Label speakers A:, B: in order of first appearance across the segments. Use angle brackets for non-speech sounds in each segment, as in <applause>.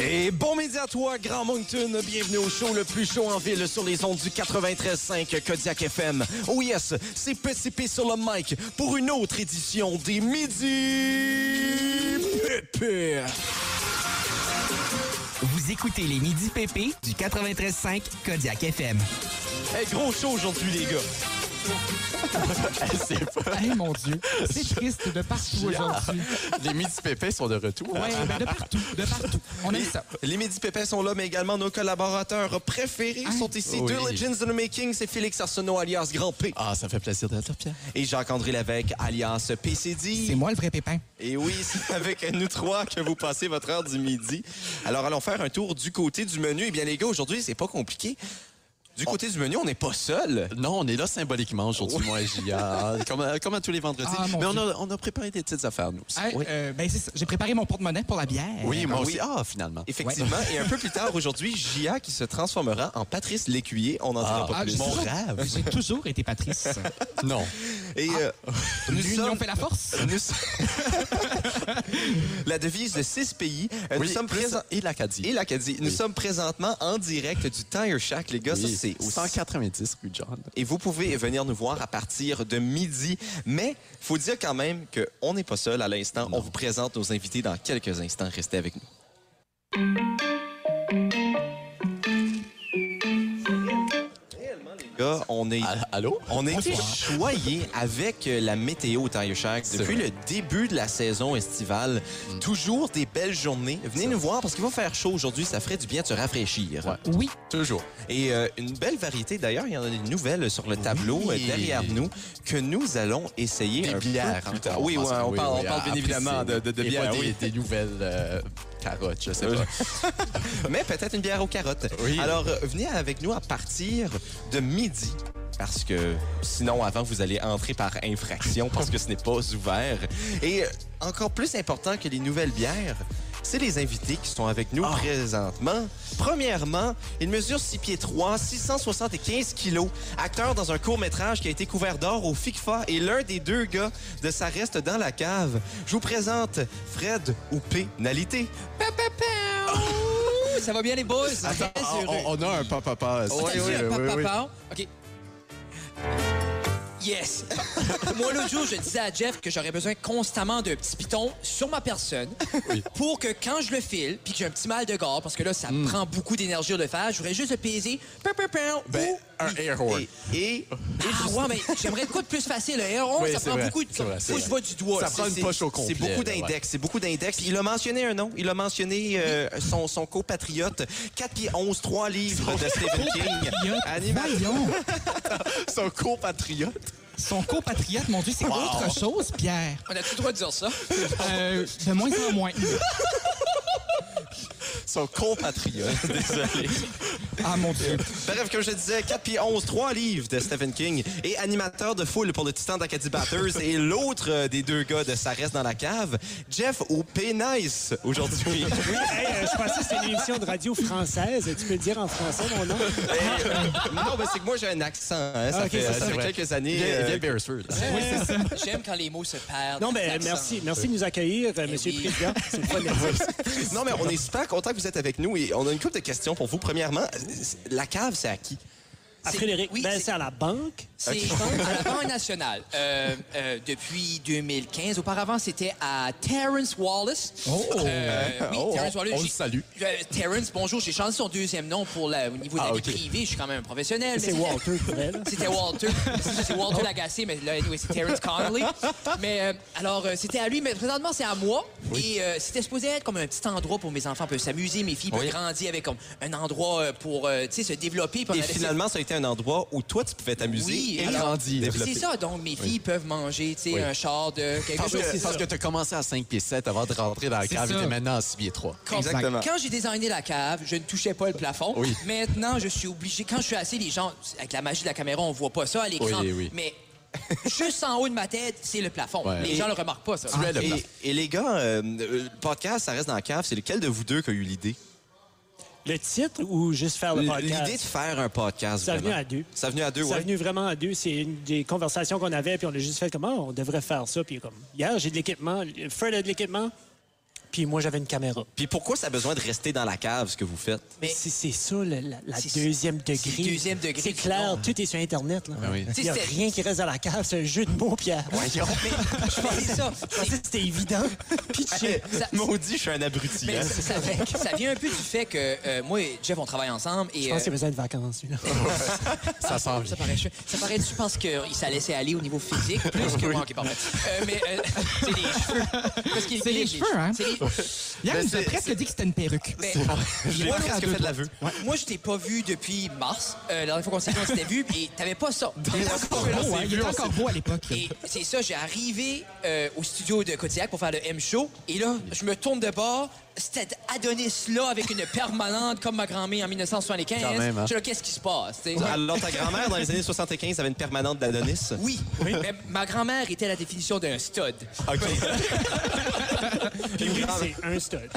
A: Et bon midi à toi, Grand Moncton. Bienvenue au show le plus chaud en ville sur les ondes du 93.5 Kodiak FM. Oh yes, c'est Petit P sur le mic pour une autre édition des Midi Pépé.
B: Vous écoutez les Midi PP du 93.5 Kodiak FM.
A: Hey, gros show aujourd'hui, les gars. Hey, c'est pas...
B: Hey mon Dieu, c'est triste de partout aujourd'hui.
C: <laughs> Les midi pépés sont de retour. hein?
B: Ouais, mais de partout, de partout. On aime ça.
A: Les Midi Pépins sont là, mais également nos collaborateurs préférés sont ici.
C: Ah. Oui.
A: Deux Legends in the Making, c'est Félix Arsenault alias Grand P
C: Ah, ça fait plaisir d'être là, Pierre.
A: et Jacques-André Lévesque alias PCD.
B: C'est moi le vrai pépin.
A: Et oui, c'est avec nous trois que vous passez votre heure du midi. Alors, allons faire un tour du côté du menu. Eh bien, les gars, aujourd'hui, c'est pas compliqué. Du côté du menu, on n'est pas seul.
C: Non, on est là symboliquement aujourd'hui, moi et
A: <laughs>
C: Gia. comme, à- comme à tous les vendredis.
B: Ah, mon
C: Mais on
B: Dieu.
C: a, on a préparé des petites affaires, nous aussi.
B: Hey, euh, ben, c'est ça. J'ai préparé mon porte-monnaie pour la bière.
C: Oui, moi
A: oui.
C: aussi. Ah, finalement.
A: Effectivement. Et un peu plus tard aujourd'hui, Gia qui se transformera en Patrice Lécuyer. On n'en dira
C: Ah,
A: pas
B: Ah, j'ai
A: plus.
C: mon
B: toujours-
C: rêve.
B: J'ai toujours été Patrice.
C: Non. Ah.
A: Et euh, nous
B: L'union
A: sommes.
B: fait la force.
A: nous sommes- <laughs> la devise de six pays. Euh, nous
C: Oui,
A: sommes
C: plus-
A: présents.
C: Et l'Acadie.
A: Et l'Acadie. Nous
C: Oui.
A: sommes présentement en direct du Tire Shack, les gars. Ça,
C: Oui,
A: c'est
C: au
A: au
C: 190 rue John.
A: Et vous pouvez venir nous voir à partir de midi. Mais faut dire quand même qu'on n'est pas seul à l'instant. On vous présente nos invités dans quelques instants. Restez avec nous. Les gars, on est...
C: Ah, Allô?
A: On a été choyés avec euh, la météo au Tire Shack depuis
C: vrai. Mm.
A: le début de la saison estivale. Toujours des belles journées. Venez nous voir parce qu'il va faire chaud aujourd'hui. Ça ferait du bien de se rafraîchir.
C: Ouais.
B: Oui,
C: Ah, Toujours.
A: Et euh, une belle variété d'ailleurs, il y en a des nouvelles sur le tableau
C: Oui.
A: euh, derrière nous que nous allons essayer
C: Des
A: un
C: bières
A: peu
C: plus tard.
A: Oui, ouais,
C: pense-
A: on parle, on
C: oui,
A: parle bien
C: après,
A: évidemment de,
C: c'est-
A: de, de
C: et
A: bières,
C: pas des-
A: oui.
C: Des nouvelles euh, carottes, je sais
A: Euh,
C: pas.
A: mais peut-être une bière aux carottes.
C: Oui.
A: Alors euh, venez avec nous à partir de midi. Parce que sinon, avant, vous allez entrer par infraction parce que ce n'est pas ouvert. Et euh, encore plus important que les nouvelles bières, c'est les invités qui sont avec nous présentement. Premièrement, il mesure 6 pieds 3, 675 kilos, acteur dans un court-métrage qui a été couvert d'or au FICFA et l'un des deux gars de Sa reste dans la cave. Je vous présente Fred ou P. Nalité. Pa, pa, pa.
D: Ça va bien, les boys?
A: Ah,
C: Attends, oh,
D: Très
C: on,
D: heureux.
C: Ah, on- on a un papa.
D: Attends, j'ai un papa part. OK. Yes! <laughs> Moi, l'autre jour, je disais à Jeff que j'aurais besoin constamment d'un petit piton sur ma personne pour que quand je le file, puis que j'ai un petit mal de gorge, parce que là,
C: Hmm.
D: ça prend beaucoup d'énergie de le faire, je voudrais juste le peser. Pum, pum, pum,
C: Ben,
D: ou-
C: un air horn.
A: Et, et
D: Ah, ouais, mais j'aimerais de quoi de plus facile. Un rond,
C: Oui,
D: ça
C: c'est
D: prend
C: vrai,
D: beaucoup de.
C: c'est vrai, c'est
D: Faut que je
C: vrai.
D: vois du doigt.
C: Ça prend une
D: C'est-
C: poche au
A: c'est
C: complet.
A: beaucoup
C: là, ouais.
A: d'index, c'est beaucoup d'index. Il a mentionné un nom, il a mentionné euh, son, son compatriote, 4 pieds 11, 3 livres de Stephen King, animal.
B: Voyons.
C: Son compatriote.
B: Son compatriote, mon Dieu, c'est autre chose, Pierre.
D: On a tout le droit de dire ça.
B: Euh, de moins en moins.
C: Son compatriote.
A: Désolé.
B: Ah, mon Dieu.
A: <laughs> Bref, comme je disais, 4 pieds 11, 3 livres de Stephen King et animateur de foule pour le Titan d'Acadie Batters et l'autre euh, des deux gars de Ça reste dans la cave, Jeff au P-Nice
C: <laughs>
A: aujourd'hui.
E: Hey, euh, je pensais que c'était une émission de radio française. Tu peux le dire en français, mon nom?
A: Et, euh, non, mais c'est que moi j'ai un accent, hein, ça
E: Ah, ok,
A: fait,
E: ça,
A: ça
E: c'est
A: fait
C: vrai.
A: quelques années.
C: Il est- il
A: euh,
C: est Beresford.
D: J'aime quand les mots se perdent.
E: Non, mais
D: L'accent.
E: merci. Merci de nous accueillir, euh, Monsieur
D: Eh oui.
E: le Président. C'est le fun
D: <laughs>
E: de le dire.
A: Non, mais on est super content que vous êtes avec nous et on a une couple de questions pour vous. Premièrement, la cave, c'est à qui?
E: À
D: C'est-
E: Frédéric,
D: oui,
E: ben,
D: c'est- Eh,
E: c'est à la banque.
D: C'est je pense, à la
C: <laughs>
D: Banque nationale. Euh, euh, depuis 2015. Auparavant, c'était à Terrence Wallace.
B: Oh!
D: Euh, oui,
C: Oh,
D: Terrence
C: on-
D: Wallace.
C: on le
D: j'ai-
C: salue.
D: Euh, Terrence, bonjour. J'ai changé son deuxième nom pour la- au niveau de la
C: Ah,
D: vie
C: ok.
D: privée. Je suis quand même un professionnel. mais
E: C'est Walter, pour elle.
D: <laughs> c'était Walter. C'est
C: Oh.
D: Walter Lagacé, mais là, anyway, c'est Terrence Connolly. Mais euh, alors, euh, c'était à lui, mais présentement, c'est à moi. Et euh, c'était supposé être comme un petit endroit pour mes enfants peuvent s'amuser, mes filles peuvent
A: Oui.
D: grandir avec comme un endroit euh, pour, euh, tu sais, se développer. puis on
A: Et
D: a laissé-
A: finalement, ça a été un endroit où toi, tu pouvais t'amuser
D: Oui,
A: et
D: alors,
A: grandir, développer.
D: C'est ça, donc mes filles peuvent manger, tu sais, un char de quelque
C: Parce
D: chose.
C: que, parce que t'as commencé à 5 pieds 7 avant de rentrer dans la
B: C'est
C: cave et
B: ça.
C: t'es maintenant à 6 pieds 3.
A: Exactement.
D: Quand j'ai designé la cave, je ne touchais pas le plafond.
C: Oui.
D: Maintenant, je suis obligé. Quand je suis assis, les gens, avec la magie de la caméra, on voit pas ça à l'écran.
C: Oui, oui.
D: Mais juste en haut de ma tête, c'est le plafond.
C: Ouais.
D: Les
C: Et-
D: gens le remarquent pas, ça.
C: es le
A: Et, et les gars, euh, le podcast, ça reste dans la cave. C'est lequel de vous deux qui a eu l'idée?
E: le titre ou juste faire le podcast?
A: L'idée de faire un podcast,
E: Ça a
A: vraiment.
E: venu à deux.
A: Ça a venu à deux,
E: Ça
A: ouais.
E: est venu vraiment à deux. C'est une des conversations qu'on avait, puis on a juste fait comment on devrait faire ça. Puis comme hier, j'ai de l'équipement. Fred a de l'équipement, puis moi, j'avais une caméra.
A: Puis pourquoi ça a besoin de rester dans la cave, ce que vous faites?
D: Mais-
E: C'est c'est ça, le- la, la
D: C'est-
E: deuxième degré.
D: c'est le deuxième degré,
E: C'est clair,
D: sinon-
E: tout est sur Internet. Là.
A: Ben
C: oui.
E: Il n'y a
D: Tu sais, c'était-
E: rien qui reste à la cave, c'est un jeu de mots, Pierre.
D: Mais, <laughs> mais c'est
C: <laughs>
D: ça.
E: Je pensais que c'était évident.
A: Eh, <laughs>
E: Pitché.
D: Ça-
A: Maudit, je suis un abruti.
D: Mais
A: hein.
D: ça, ça fait- ça vient un peu du fait que euh, moi et Jeff, on travaille ensemble. Et,
E: Je pense qu'il y a
D: euh,
E: besoin de vacances, lui, là.
C: Ça sent bien.
D: ça paraît, chou- ça paraît, tu penses qu'il s'est laissé aller au niveau physique plus que moi, ok, parfait. Euh, mais euh, c'est les cheveux. Parce qu'il
F: C'est les
D: il-
F: cheveux, hein?
D: c'est les-
F: Hier,
A: Ben,
F: il nous a
A: c'est-
F: presque dit que c'était une perruque.
D: mais-
A: J'ai
D: Moi,
A: presque fait de l'aveu.
D: Moi, je t'ai pas vu depuis mars. Euh, la dernière fois qu'on s'est vu, on s'était vu, et t'avais pas ça. T'avais pas ce cheveu-là.
F: Beau, hein? Il était encore beau à l'époque.
D: Et c'est ça, j'ai arrivé euh, au studio de Kodiak pour faire le M-Show. Et là, je me tourne de bord. C'était Adonis là avec une permanente comme ma grand-mère en 1975.
C: Quand même, hein.
D: Je dis, qu'est-ce qui se passe? tu sais?
A: Alors, ta grand-mère, dans les années 75, avait une permanente d'Adonis.
D: Oui, mais ma grand-mère était la définition d'un stud.
A: OK.
E: <laughs> Puis oui, c'est un stud.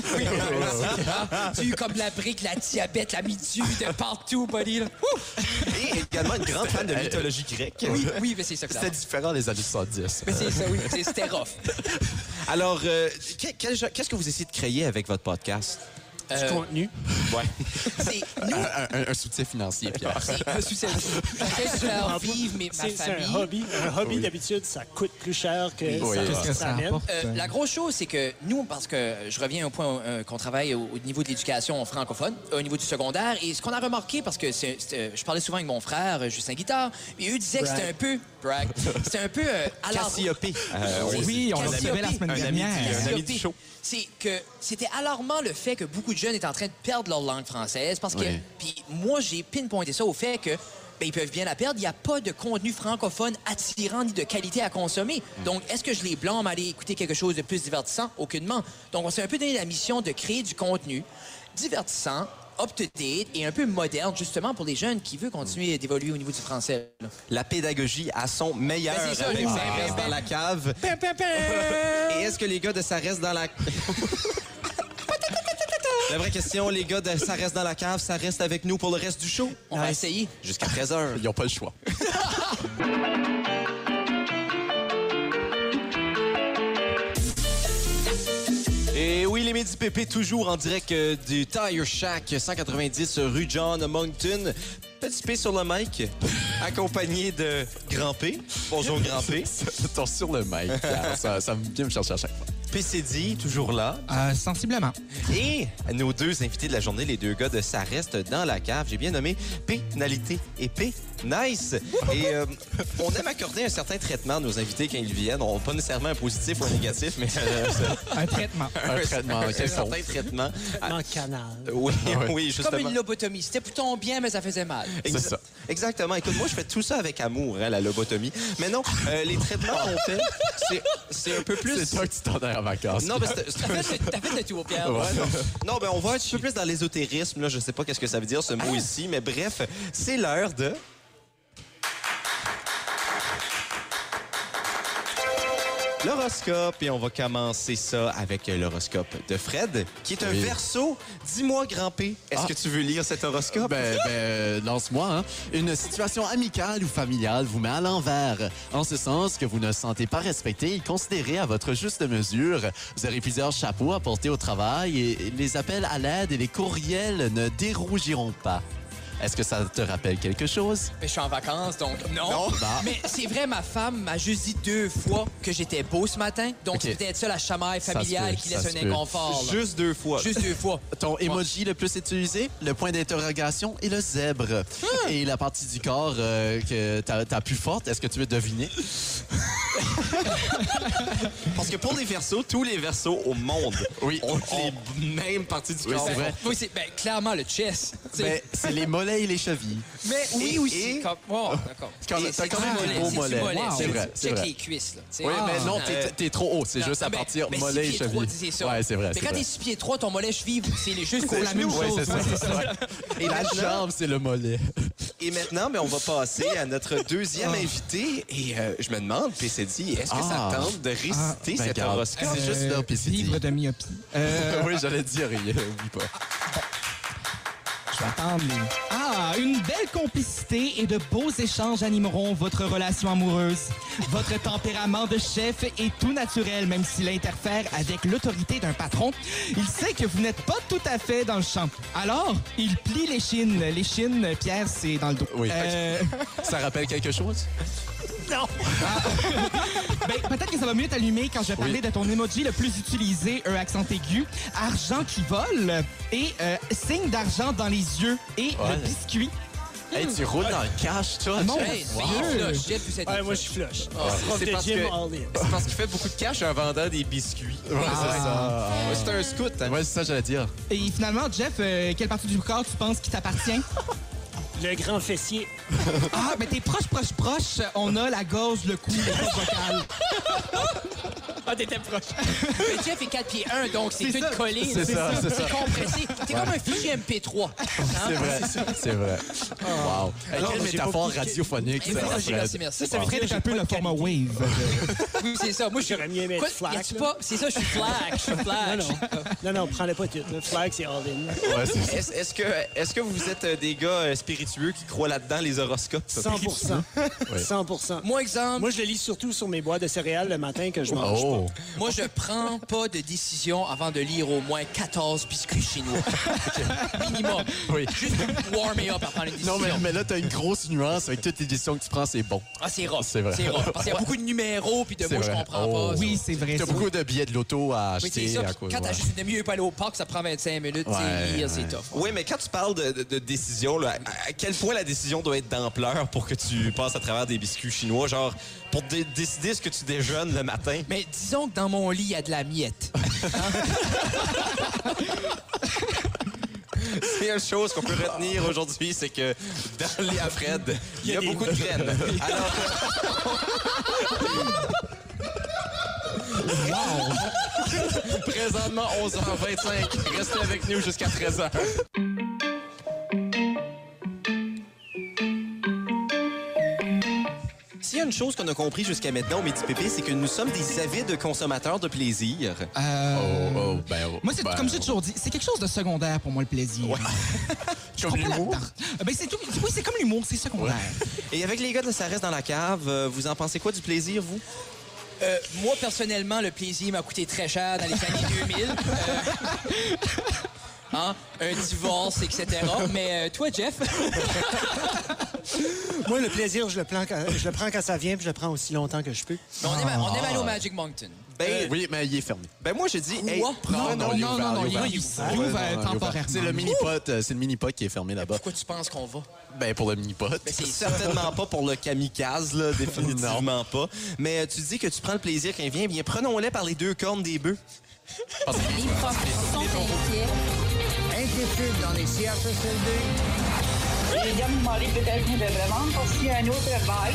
D: Ah, <laughs> tu comme la brique, la diabète, la mitu, de partout, buddy. là. Ouh!
A: Et également une grande <laughs> fan de mythologie grecque.
D: Oui, oui, mais c'est ça que ça.
C: C'était différent des années 70.
D: Mais c'est ça, oui. c'est- C'était rough.
A: Alors, euh, que- quel genre- qu'est-ce que vous essayez de créer avec votre podcast?
E: Du contenu.
A: Ouais.
D: Euh, C'est nous,
C: Un, un- un soutien financier, Pierre.
D: c'est un succès. Je faire vivre mes- ma
E: C'est c'est un
D: famille.
E: hobby. Un hobby, d'habitude, ça coûte plus cher que
C: Oui,
E: ça,
F: Qu'est-ce que ça
E: amène.
F: apporte?
D: Euh, la grosse chose, c'est que nous, parce que je reviens au point euh, qu'on travaille au, au niveau de l'éducation francophone, au niveau du secondaire, et ce qu'on a remarqué, parce que c'est- c'est, euh, je parlais souvent avec mon frère, euh, Justin Guitard, et eux disaient que c'était un peu... Brag. C'était un peu... euh, à la-
A: Cassiope.
F: Euh,
A: Euh,
F: oui, on l'a
D: Cassiope.
F: fait la semaine
A: Ah Un ami
F: dernière.
A: dit, euh, un ami
D: Cassiope.
A: du show.
D: C'est que c'était alarmant le fait que beaucoup de jeunes étaient en train de perdre leur langue française parce que.
C: Oui.
D: Puis moi, j'ai pinpointé ça au fait que. ben, ils peuvent bien la perdre. Il n'y a pas de contenu francophone attirant ni de qualité à consommer.
A: Hmm.
D: Donc, est-ce que je les blâme à aller écouter quelque chose de plus divertissant? Aucunement. Donc, on s'est un peu donné la mission de créer du contenu divertissant, up-to-date et un peu moderne, justement, pour les jeunes qui veulent continuer d'évoluer au niveau du français. là.
A: La pédagogie à son meilleur.
D: Ben, c'est ça,
A: avec
D: oui.
A: ça reste dans la cave. Et est-ce que les gars de ça reste dans la... <laughs> La vraie question, les gars de ça reste dans la cave, ça reste avec nous pour le reste du show?
D: On va essayer.
A: Jusqu'à 13h.
C: Ils n'ont pas le <laughs> choix.
A: Et oui, les Midi Pépé, toujours en direct euh, du Tire Shack, 190 rue John Moncton. Petit P sur le mic, accompagné de Grand P. Bonjour Grand P.
C: T'en sur le mic, Pierre. Ça, ça vient me chercher à chaque fois.
A: PCD, toujours là.
F: Euh, sensiblement.
A: Et nos deux invités de la journée, les deux gars de Ça reste dans la cave, j'ai bien nommé Pénalité et P. Nice. Et euh, on aime accorder un certain traitement à nos invités quand ils viennent. On, pas nécessairement un positif ou un négatif, mais
C: <laughs>
A: euh,
F: Un traitement.
C: Un traitement,
A: un
C: quel fond.
A: certain traitement. Ah,
E: En canal.
A: oui,
C: ah
A: oui,
D: Comme
A: justement.
D: une lobotomie. C'était plutôt bien, mais ça faisait mal.
A: Exa-
C: C'est ça.
A: Exactement. Écoute, moi, je fais tout ça avec amour, hein, la lobotomie. Mais non, euh, les traitements qu'on fait, c'est- c'est un peu plus...
C: C'est toi que tu t'en es en vacances.
A: Non, mais c'est- c'est-
C: <laughs>
D: T'as fait, t'as fait le tour, Pierre.
A: Ouais, non. <laughs> Non, ben, on va être un peu plus dans l'ésotérisme. Là. Je sais pas qu'est-ce que ça veut dire, ce mot ici. Mais bref, c'est l'heure de... L'horoscope, et on va commencer ça avec l'horoscope de Fred, qui est un
C: Oui.
A: verso. Dis-moi, grand P, est-ce
C: Ah.
A: que tu veux lire cet horoscope?
C: Ben, ben, euh, lance-moi. hein. Une situation amicale ou familiale vous met à l'envers, en ce sens que vous ne sentez pas respecté et considéré à votre juste mesure. Vous aurez plusieurs chapeaux à porter au travail et les appels à l'aide et les courriels ne dérougiront pas. Est-ce que ça te rappelle quelque chose?
D: Mais je suis en vacances, donc non.
C: Non, bah.
D: Mais c'est vrai, ma femme m'a juste dit deux fois que j'étais beau ce matin. Donc,
C: Ok.
D: c'est peut-être ça la chamaille
C: Ça se
D: familiale
C: peut,
D: qui
C: ça
D: laisse
C: se
D: un
C: peut.
D: inconfort. là.
A: Oh Juste deux fois.
D: Juste deux fois.
C: Ton emoji le plus utilisé, le point d'interrogation et le zèbre. Et la partie du corps euh, que t'as t'as plus forte, est-ce que tu veux deviner?
A: Parce que pour les versos, tous les versos au monde
C: Oui.
A: ont les mêmes parties du
C: Oui,
A: corps.
C: c'est vrai.
D: Oui, c'est ben, clairement le chess. tu sais.
C: Ben, c'est les mollets et les chevilles.
D: mais oui,
A: et-
D: aussi.
A: et-
D: Comme... Oh, d'accord.
C: Quand-
D: Et
C: t'as
D: c'est
C: quand
D: du
C: même des beaux
D: c'est du
C: mollets.
D: mollet.
C: Wow. C'est vrai,
D: Check
C: c'est vrai.
D: les cuisses. Là, tu sais.
C: Oui,
D: Ah.
C: mais non,
D: Euh,
C: t'es- t'es trop haut. C'est
D: non,
C: juste à
D: ben,
C: partir
D: ben, six
C: mollet et
D: pieds trois,
C: cheville.
D: c'est ça.
C: Ouais, c'est vrai.
D: Mais
C: c'est
D: quand
C: vrai.
D: t'es six pieds trois, ton mollet cheville, c'est
C: <laughs>
D: les juste
F: la même
C: Ouais,
F: chose.
C: c'est ça.
F: ouais, c'est ça.
C: Et la jambe, c'est le mollet.
A: Et maintenant, mais on va passer à notre deuxième invité. Et euh, je me demande, PCD, est-ce que
C: Ah.
A: ça tente de réciter
F: Ah,
C: ben,
A: cet
C: regarde.
A: horoscope?
C: C'est juste là, puis c'est dit. <laughs>
F: Vivre de myopie. Euh,
C: oui, j'allais dire, il oublie pas.
F: Je vais attendre les- Ah, une belle complicité et de beaux échanges animeront votre relation amoureuse. Votre
C: <laughs>
F: tempérament de chef est tout naturel, même s'il interfère avec l'autorité d'un patron. Il sait que vous n'êtes pas tout à fait dans le champ. Alors, il plie les chines. Les chines, Pierre, c'est dans le dos.
C: Oui.
F: Euh,
C: Ça rappelle quelque chose?
F: Ben, peut-être que ça va mieux t'allumer quand je vais parler de ton emoji le plus utilisé, un accent aigu, argent qui vole et euh, signe d'argent dans les yeux et
C: Ouais.
F: le biscuit.
C: Hey, tu roules dans le cash, toi.
F: Non.
D: Hey, c'est
F: Wow.
D: flush. Jeff, vous êtes
E: Ouais,
D: des
E: moi,
D: <laughs>
E: je
D: flush.
E: suis flush.
A: C'est-
E: Prof
A: C'est
E: de
A: parce
E: gym
A: que-
E: all in.
A: c'est parce qu'il fait beaucoup de cash en vendant des biscuits.
C: Ouais, c'est ça.
A: Ouais, C'est un scout. hein.
C: Ouais, c'est ça, j'allais dire.
F: Et finalement, Jeff, euh, quelle partie du corps tu penses qui
C: <laughs>
F: t'appartient?
E: Le grand fessier.
F: ah, mais t'es proche, proche, proche. On a la gorge, le cou, le cou
C: <laughs>
F: vocal.
E: Ah, t'étais proche.
D: Mais Jeff Ben, est 4 pieds 1, donc c'est
F: C'est
D: tout
F: ça.
D: collé.
C: C'est ça, c'est ça.
D: <laughs> C'est compressé. T'es comme un fichier MP3.
C: C'est vrai. C'est vrai. Wow. Hey,
E: j'ai
C: quelle
E: pas
C: métaphore
E: piqué.
C: radiophonique,
D: Et voilà,
C: ça,
D: j'ai-
C: Fred.
D: Merci, merci.
F: Ça devrait être un peu le format wave.
D: Oui, c'est ça. Moi, je suis.
E: J'aurais mieux aimé
D: Quoi?
E: être flac,
D: Y a-tu
E: là.
D: pas? C'est ça, je suis flac. Je suis
E: Non,
D: flac.
E: non. Non, non, prends-le pas tout. Le flag, c'est all in.
C: Ouais, c'est
A: <laughs>
C: ça.
A: Est-ce est-ce que, est que vous êtes euh, des gars euh, spiritueux qui croient là-dedans, les horoscopes?
E: 100 100
D: Moi, exemple,
E: Moi, je le lis surtout sur mes boîtes de céréales le matin que je mange.
C: Oh.
D: moi, je prends pas de décision avant de lire au moins 14 biscuits chinois. Minimum.
C: Oui.
D: Juste pour warmer up avant une décision.
C: Non, mais, mais là, t'as une grosse nuance avec toutes les décisions que tu prends, c'est bon.
D: Ah, c'est rough.
C: C'est vrai.
D: rough. Parce qu'il y a beaucoup de numéros, puis de
C: C'est
D: mots, je
C: vrai.
D: comprends
C: Oh.
D: pas.
F: Oui, c'est vrai.
C: T'as
F: ça.
C: beaucoup de billets de l'auto à
D: Oui, c'est
C: acheter
D: ça.
C: à
D: Puis
C: cause.
D: Quand t'as
C: ouais.
D: juste une demi-heure pas aller au parc, ça prend 25 minutes. tu
C: Ouais,
D: sais, lire,
C: ouais.
D: C'est tough.
A: Oui, mais quand tu parles de, de- de décision, là, à, à quel point la décision doit être d'ampleur pour que tu passes à travers des biscuits chinois? Genre, pour dé- décider ce que tu déjeunes le matin?
D: Mais disons que dans mon lit, il y a de la miette.
A: Mais une chose qu'on peut retenir aujourd'hui, c'est que dans les à Fred, il y a
E: des-
A: beaucoup de graines. Alors, euh, <laughs>
C: Présentement, 11h25. Restez avec nous jusqu'à 13h.
A: s'il y a une chose qu'on a compris jusqu'à maintenant au Midi Pépé, c'est que nous sommes des avides consommateurs de plaisir.
F: Euh,
C: Oh, oh, ben, oh,
F: Moi, c'est
C: ben,
F: comme j'ai
C: oh.
F: toujours dit, c'est quelque chose de secondaire pour moi, le plaisir. Je comprends
C: Comme l'humour.
F: là-dedans. Euh, Ben, c'est tout. Oui, c'est comme l'humour, c'est secondaire.
A: Et avec les gars de Ça reste dans la cave, euh, vous en pensez quoi du plaisir, vous?
D: <laughs> Euh, moi, personnellement, le plaisir m'a coûté très cher dans les <laughs> années 2000. Euh, hein, un divorce, etc. Mais euh, toi, Jeff,
E: Moi, le plaisir, je le, prends quand, je le prends quand ça vient, puis je le prends aussi longtemps que je peux.
D: on est, mal, on est mal au Magic Mountain.
A: Ben,
C: Euh, Oui, mais il est fermé.
A: ben moi, je dis, hey,
D: Quoi?
F: Non, non,
C: il est
F: non,
C: ouvert,
F: non, non,
C: il est
F: il
C: ouvert.
F: il ouvre euh,
C: Ah, il est ouvert.
F: temporairement.
C: C'est le mini-pot, euh, c'est le mini-pot qui est fermé là-bas.
D: Pourquoi tu penses qu'on va?
C: Ben, pour le mini-pot.
D: Ben, c'est ça.
A: Certainement pas pour le kamikaze,
D: <laughs>
A: là, définitivement pas. Mais euh, tu dis que tu prends le plaisir quand il vient. Bien, prenons-les par les deux cornes des bœufs.
G: Les profs sont inquiets.
H: inquiétude dans les CHSLD.
I: Les gars m'ont demandé peut-être que je devrais vendre parce qu'il y a un autre bail.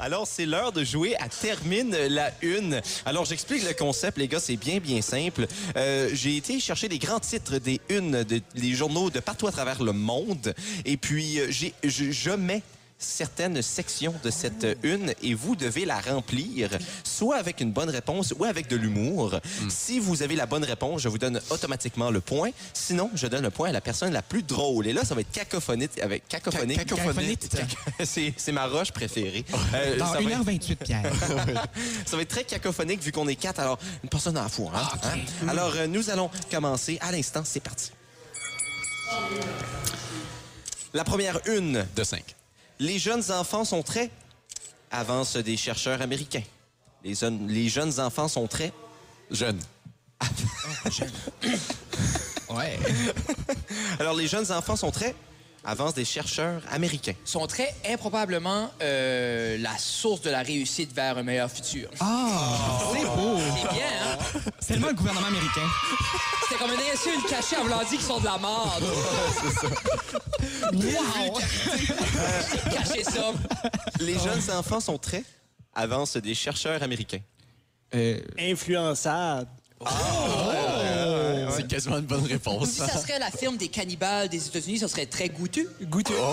A: Alors, c'est l'heure de jouer à Termine la Une. Alors, j'explique le concept, les gars, c'est bien, bien simple. Euh, J'ai été chercher les grands titres des Unes, de- des journaux de partout à travers le monde. Et puis, euh, j'ai- je, je mets certaines sections de cette une et vous devez la remplir, soit avec une bonne réponse ou avec de l'humour. Si vous avez la bonne réponse, je vous donne automatiquement le point. Sinon, je donne le point à la personne la plus drôle. Et là, ça va être cacophonique avec cacophonique.
F: Cacophonique.
A: <laughs> C'est c'est ma roche préférée. Euh,
F: Dans
A: ça, va être,
F: 1h28,
C: <laughs>
F: Pierre.
A: ça va être très cacophonique vu qu'on est quatre. Alors, une personne à la fois.
F: Ah,
A: hein, hein?
F: Mm.
A: Alors, euh, nous allons commencer à l'instant. C'est parti. La première une.
C: De 5.
A: Les jeunes enfants sont très... Avance des chercheurs américains. Les, jeunes- les jeunes enfants sont très...
C: Jeune.
F: ouais.
A: Alors, les jeunes enfants sont très... Avance des chercheurs américains.
D: sont très improbablement euh, la source de la réussite vers un meilleur futur.
F: Ah, c'est beau.
D: C'est bien, hein?
F: C'est tellement le gouvernement américain.
D: C'était comme une insulte cachée à vouloir dire qu'ils sont de la merde. c'est ça. Cachez ça.
F: Ah
A: Les jeunes enfants sont très... Avance des chercheurs américains.
F: Euh,
E: Influençable.
C: C'est quasiment une bonne réponse.
D: Si <laughs> ça serait la firme des cannibales des États-Unis, ça serait très goûteux.
E: Goûteux.
C: Oh,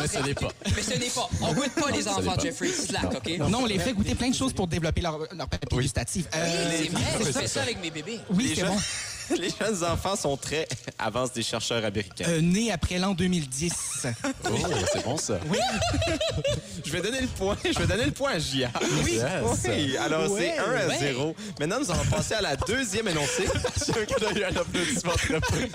C: Mais ce n'est pas.
D: Mais ce n'est pas. On goûte pas les
C: ça
D: enfants,
C: dépend.
D: Jeffrey. Slack, OK?
F: Non, on les fait goûter plein de choses pour développer leur, leur papier gustatif. Euh,
D: C'est vrai, je
C: c'est
D: fais
C: ça.
D: ça avec mes bébés.
F: oui,
A: Les
F: c'est
A: gens-
F: bon.
A: <laughs> les jeunes enfants sont très avancent des chercheurs américains.
F: Euh, né après l'an 2010.
C: Oh, c'est bon ça.
A: Je vais donner le point. Je vais donner le point à Gia. Oui. Oui. Alors, c'est 1 à 0. Maintenant, nous allons passer à la deuxième énoncée.
C: Je veux qu'il y ait un applaudissement très près.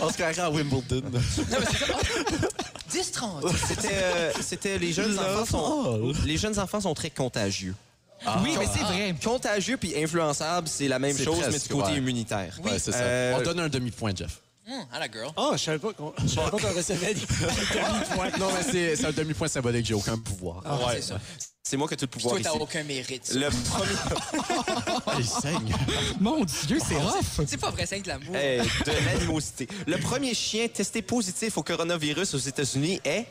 C: On se croirait à Wimbledon.
D: Non, mais c'est ça. Oh. 10-30.
A: <laughs> C'était, euh, c'était les jeunes enfants sont, les jeunes enfants sont très contagieux. Ah.
F: oui, mais c'est vrai.
A: Contagieux puis influençable, c'est la même
C: C'est
A: chose, mais
C: presque,
A: du côté
C: ouais.
A: immunitaire.
C: Ouais, c'est ça.
A: Euh,
C: On donne un demi-point, Jeff.
D: Hum, à la girl.
E: Oh, je savais pas qu'on je savais pas qu'on recevait des demi-points.
C: Non, mais c'est- c'est un demi-point symbolique, j'ai aucun pouvoir.
D: Ouais, c'est ça.
A: C'est Euh. moi qui ai tout le pouvoir
D: Toi,
A: ici.
D: t'as aucun mérite.
A: Le premier
C: Ah, il saigne.
F: Mon Dieu, c'est
A: Ah,
F: rough.
D: C'est pas vrai, c'est de
A: <laughs>
D: l'amour.
A: Hey, de l'animosité. Le premier chien testé positif au coronavirus aux États-Unis est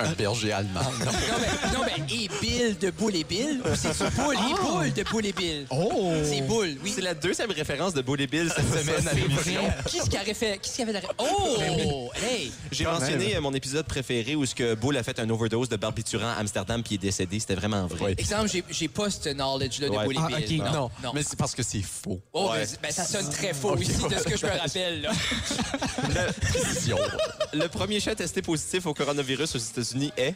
C: Un berger allemand. Ah, Non.
D: Non, mais, non, mais, et Bill de Boule et Bill? Ou c'est-tu Boule et Boule de Boule et Bill?
F: Oh!
D: C'est Boule, oui.
A: C'est la deuxième référence de Bully Bill <laughs> cette semaine à l'émission.
D: Qui ce qui avait fait, qui ce qui avait la ré- Oh! Hey!
A: J'ai mentionné euh, mon épisode préféré où ce que Bull a fait un overdose de barbiturant à Amsterdam puis est décédé. C'était vraiment vrai.
C: Oui.
D: Exemple, j'ai- j'ai pas ce knowledge-là de
A: Ouais.
D: Boule et
F: Ah,
D: Bill.
F: ok.
D: Non. non.
C: mais c'est parce que c'est faux.
D: Oh,
A: Ouais.
D: mais, ben, ça sonne très faux ici, de ce que je me rappelle. Là.
C: Précision.
A: Le premier chien testé positif au coronavirus aux États-Unis est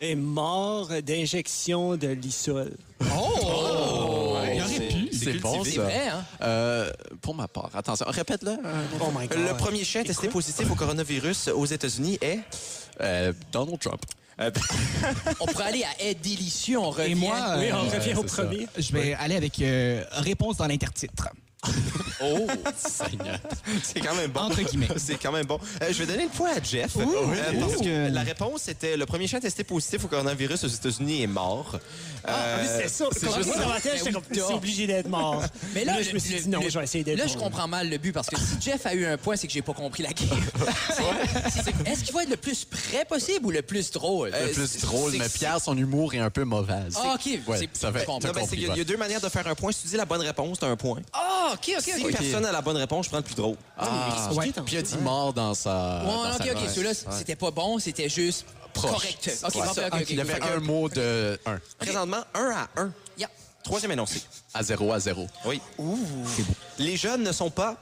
E: Et mort d'injection de l'isol.
C: Il aurait pu.
A: c'est
C: C'est bon,
A: cultivé.
C: ça.
D: Vrai, hein?
C: Euh, pour ma part, attention, répète-le. euh,
E: Oh my God.
A: Le premier chien testé positif au coronavirus aux États-Unis est
C: euh, Donald Trump.
A: Euh,
D: On pourrait aller à Aide délicieux, on revient.
F: Et moi, euh,
E: Oui, on revient au
C: c'est ça.
E: premier.
F: je vais aller avec euh, réponse dans l'intertitre.
C: Oh, <laughs> Seigneur.
A: <laughs> c'est quand même bon.
F: Entre guillemets.
A: <laughs> C'est quand même bon. Euh, je vais donner le point à Jeff. Euh, parce que la réponse était le premier chien testé positif au coronavirus aux États-Unis est mort. Euh,
E: C'est ça. C'est
D: juste
E: juste
D: ça.
E: dans ma tête, j'étais
D: Mais
E: comme,
D: oui,
E: c'est
D: dehors.
E: obligé d'être mort.
D: Mais là,
E: je
D: le-
E: me suis
D: le-
E: dit, non,
D: le-
E: je vais essayer d'être
D: Là, je
E: mort.
D: comprends mal le but parce que si Jeff a eu un point, c'est que j'ai pas compris
E: <laughs>
D: la game. C'est- c'est- Est-ce qu'il va être le plus près possible ou le plus drôle? Euh,
C: Le plus drôle,
A: c'est-
C: mais Pierre, son humour est un peu mauvais.
D: Ah, ok.
C: Ouais,
D: C'est-
C: ça fait.
D: je comprends.
C: t'as
A: non, ben, c'est
C: compris,
A: qu'il y a- il y,
C: ouais.
A: a deux manières de faire un point. Si tu dis la bonne réponse, t'as un point.
D: Ah, ok, ok,
A: Si
D: ok.
A: personne n'a la bonne réponse, je prends le plus drôle.
C: Ah,
E: Ouais.
C: Puis il a dit mort dans sa.
D: Ouais,
C: dans
D: ok,
C: sa-
D: ok.
C: ouais.
D: Celui-là, c'était pas bon, c'était juste
C: Proche.
D: correct. Ok,
C: Ouais. Ah,
D: parfait, ok, ok.
C: Il y avait
D: Fait que-
C: un mot de 1
A: Présentement, 1 à 1.
D: Yeah.
A: Troisième énoncé.
C: à 0 à 0.
A: Oui. Les jeunes ne sont pas.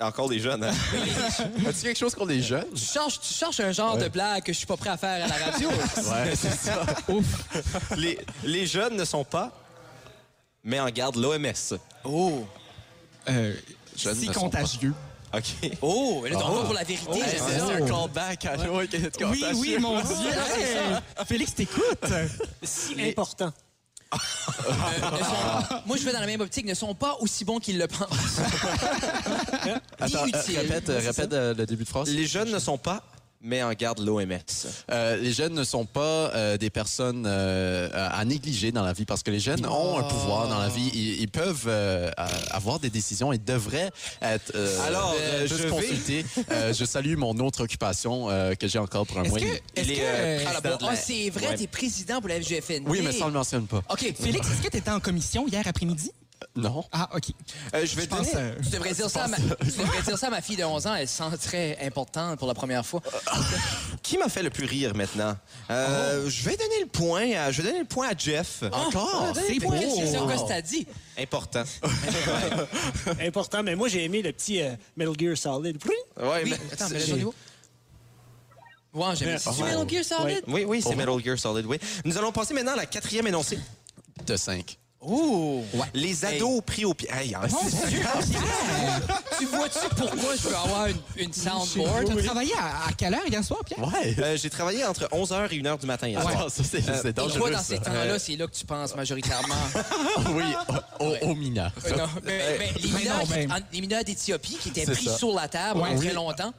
A: Encore des jeunes, hein?
C: As-tu quelque chose qu'on est jeunes?
D: Tu cherches, tu cherches un genre de blague que je suis pas prêt à faire à la
C: <laughs>
D: radio.
C: Ouais, c'est ça.
A: les, les jeunes ne sont pas. Mais en garde l'OMS.
D: oh,
F: Euh,
C: Je ne
F: si
C: me sens
F: contagieux.
A: OK.
D: oh,
C: Ah.
D: là, t'en vas pour la vérité.
C: Hey,
D: j'aime
C: c'est
D: ça.
C: un callback à Noé qui est
F: Oui,
C: contagieux.
F: oui,
A: Ah,
F: mon Dieu. Hey, Félix, t'écoutes.
E: C'est important.
D: Ne sont- moi, je vais dans la même optique. Ne sont pas aussi bons qu'ils le pensent.
C: <laughs> Attends, euh,
D: Inutile.
C: répète euh, répète euh, le début de phrase.
A: Les jeunes ne sont pas. Mais en garde l'OMS.
C: Euh, les jeunes ne sont pas euh, des personnes euh, à à négliger dans la vie parce que les jeunes ont un pouvoir dans la vie. Ils, ils peuvent euh, à- avoir des décisions. Ils devraient être. euh,
A: Alors, euh,
C: juste
A: je vais-
C: consultés. Euh, je salue mon autre occupation euh, que j'ai encore pour un
F: Est-ce
C: mois. et
F: que,
C: demi.
A: Il
F: est-ce
A: est,
F: que,
A: euh,
F: euh,
D: Ah,
A: président de la-
D: c'est vrai,
A: Ouais.
D: t'es président pour la FGFN.
C: Oui, mais ça, on le mentionne pas.
D: OK, Félix,
F: Félix, est-ce que t'étais en commission hier après-midi?
C: Non.
F: Ah, OK.
A: Euh, je vais
F: Je
A: donner-
F: pense... euh, <laughs>
D: tu devrais, dire ça à ma, tu devrais dire ça à ma fille de 11 ans. Elle se sent très importante pour la première fois.
A: Qui m'a fait le plus rire maintenant? Euh, Je vais donner le point à, je vais donner le point à Jeff.
D: Oh.
C: Encore?
F: c'est beau.
D: Ah, Qu'est-ce que c'est ça que t'as dit?
A: Important.
E: <laughs> Important, mais moi, j'ai aimé le petit euh, Metal Gear Solid. Pring!
A: Ouais,
D: Oui,
A: mais-
D: attends, mais le niveau. Ouais, j'aime ça. Tu mets Metal Gear Solid?
A: Oui, oui, c'est Metal Gear Solid, oui. Nous allons passer maintenant à la quatrième énoncée.
C: De 5.
D: Ouh!
A: Les ados pris au pied. Hey, hein, c'est-
F: Ah,
A: Ah,
D: Tu vois-tu pourquoi je veux avoir une, une soundboard?
F: T'as travaillé à, à quelle heure hier soir, Pierre?
C: Ouais.
A: Euh, J'ai travaillé entre 11h et 1h du matin. hier soir.
C: Attends, ça, c'est c'est
D: Et
C: dangereux.
D: toi, dans
C: ça.
D: ces temps-là, c'est là que tu penses majoritairement.
C: <laughs> Oui, au, au- au mina.
D: Euh, non, mais- mais les,
F: Mais
D: mineurs,
F: non, mais-
D: en- les mineurs d'Éthiopie qui étaient
C: C'est
D: pris
C: ça.
D: sur la table
F: Ouais.
D: très
F: Oui.
D: longtemps.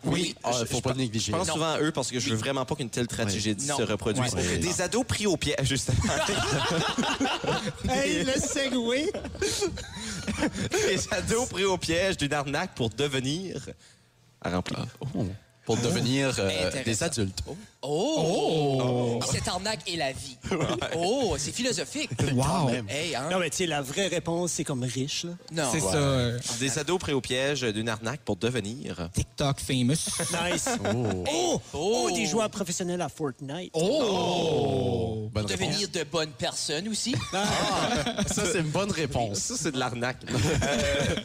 C: Ah, faut pas le négliger.
A: Je pense
D: Non.
A: souvent à eux parce que je veux vraiment pas qu'une telle tragédie
D: Non.
A: se reproduise.
C: Ouais.
A: Des ados pris au pied, justement. <laughs>
E: Hey, le segway!
D: Ah,
A: Les ados pris au piège d'une arnaque pour devenir à remplir.
C: Oh. pour devenir euh,
D: Intéressant.
C: des adultes.
D: Oh! Puis Cette arnaque est la vie. Oh, c'est philosophique.
F: Wow!
D: Hey, hein?
E: Non, mais tu sais, la vraie réponse, c'est comme riche, là.
D: Non.
F: C'est ça, euh,
D: oh.
A: Des ados pris au piège d'une arnaque pour devenir.
F: TikTok famous.
E: Nice. Oh. Oh, des joueurs professionnels à Fortnite.
C: Oh! Bonne réponse.
D: Devenir de bonnes personnes aussi. Ah,
C: Ça, c'est une bonne réponse.
A: Ça, c'est de
D: <laughs>
A: l'arnaque. Euh,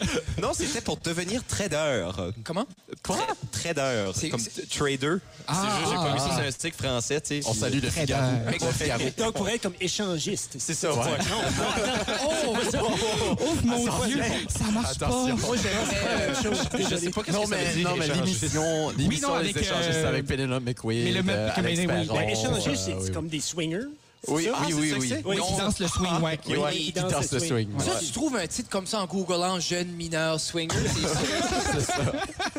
A: non, c'était pour devenir trader.
D: Comment?
A: Quoi? Trader.
D: C'est-
A: Comme
D: c'est-
A: trader.
F: Ah,
A: c'est juste, j'ai pas
F: ah,
A: vu ça,
F: ah.
A: c'est un stick français, tu sais.
C: On salue le Figaro.
F: bien.
C: Le Figaro.
E: Donc, pour être comme échangiste.
A: C'est ça, ouais.
D: Oh!
F: Ouf, mon Dieu, ça marche
C: Attention.
F: pas.
D: Moi, j'aimerais... euh,
A: Je sais pas qu'est-ce
C: Non,
A: que ça veut
C: mais,
A: dire,
C: non, mais
A: échanger.
C: l'émission, l'émission
F: non,
C: Les
F: avec,
C: Échangistes,
F: euh,
C: c'est avec Penelope McQueen,
F: mais le me-
C: euh,
F: que-
C: Alex
F: mais oui,
C: Perron,
E: Ben, échangiste,
C: euh,
E: c'est
C: oui,
E: c'est comme des swingers.
C: Oui,
A: Ah,
C: oui,
A: c'est
C: oui,
A: ça que
C: oui.
A: c'est?
F: Oui,
E: Non.
F: qui danse le swing wack.
E: Oui,
C: Ouais,
E: il
C: qui
E: danse
C: danse
E: le
C: le swing.
E: swing.
C: ouais.
D: Ça, tu trouves un titre comme ça en googlant jeune mineur swinger, c'est sûr.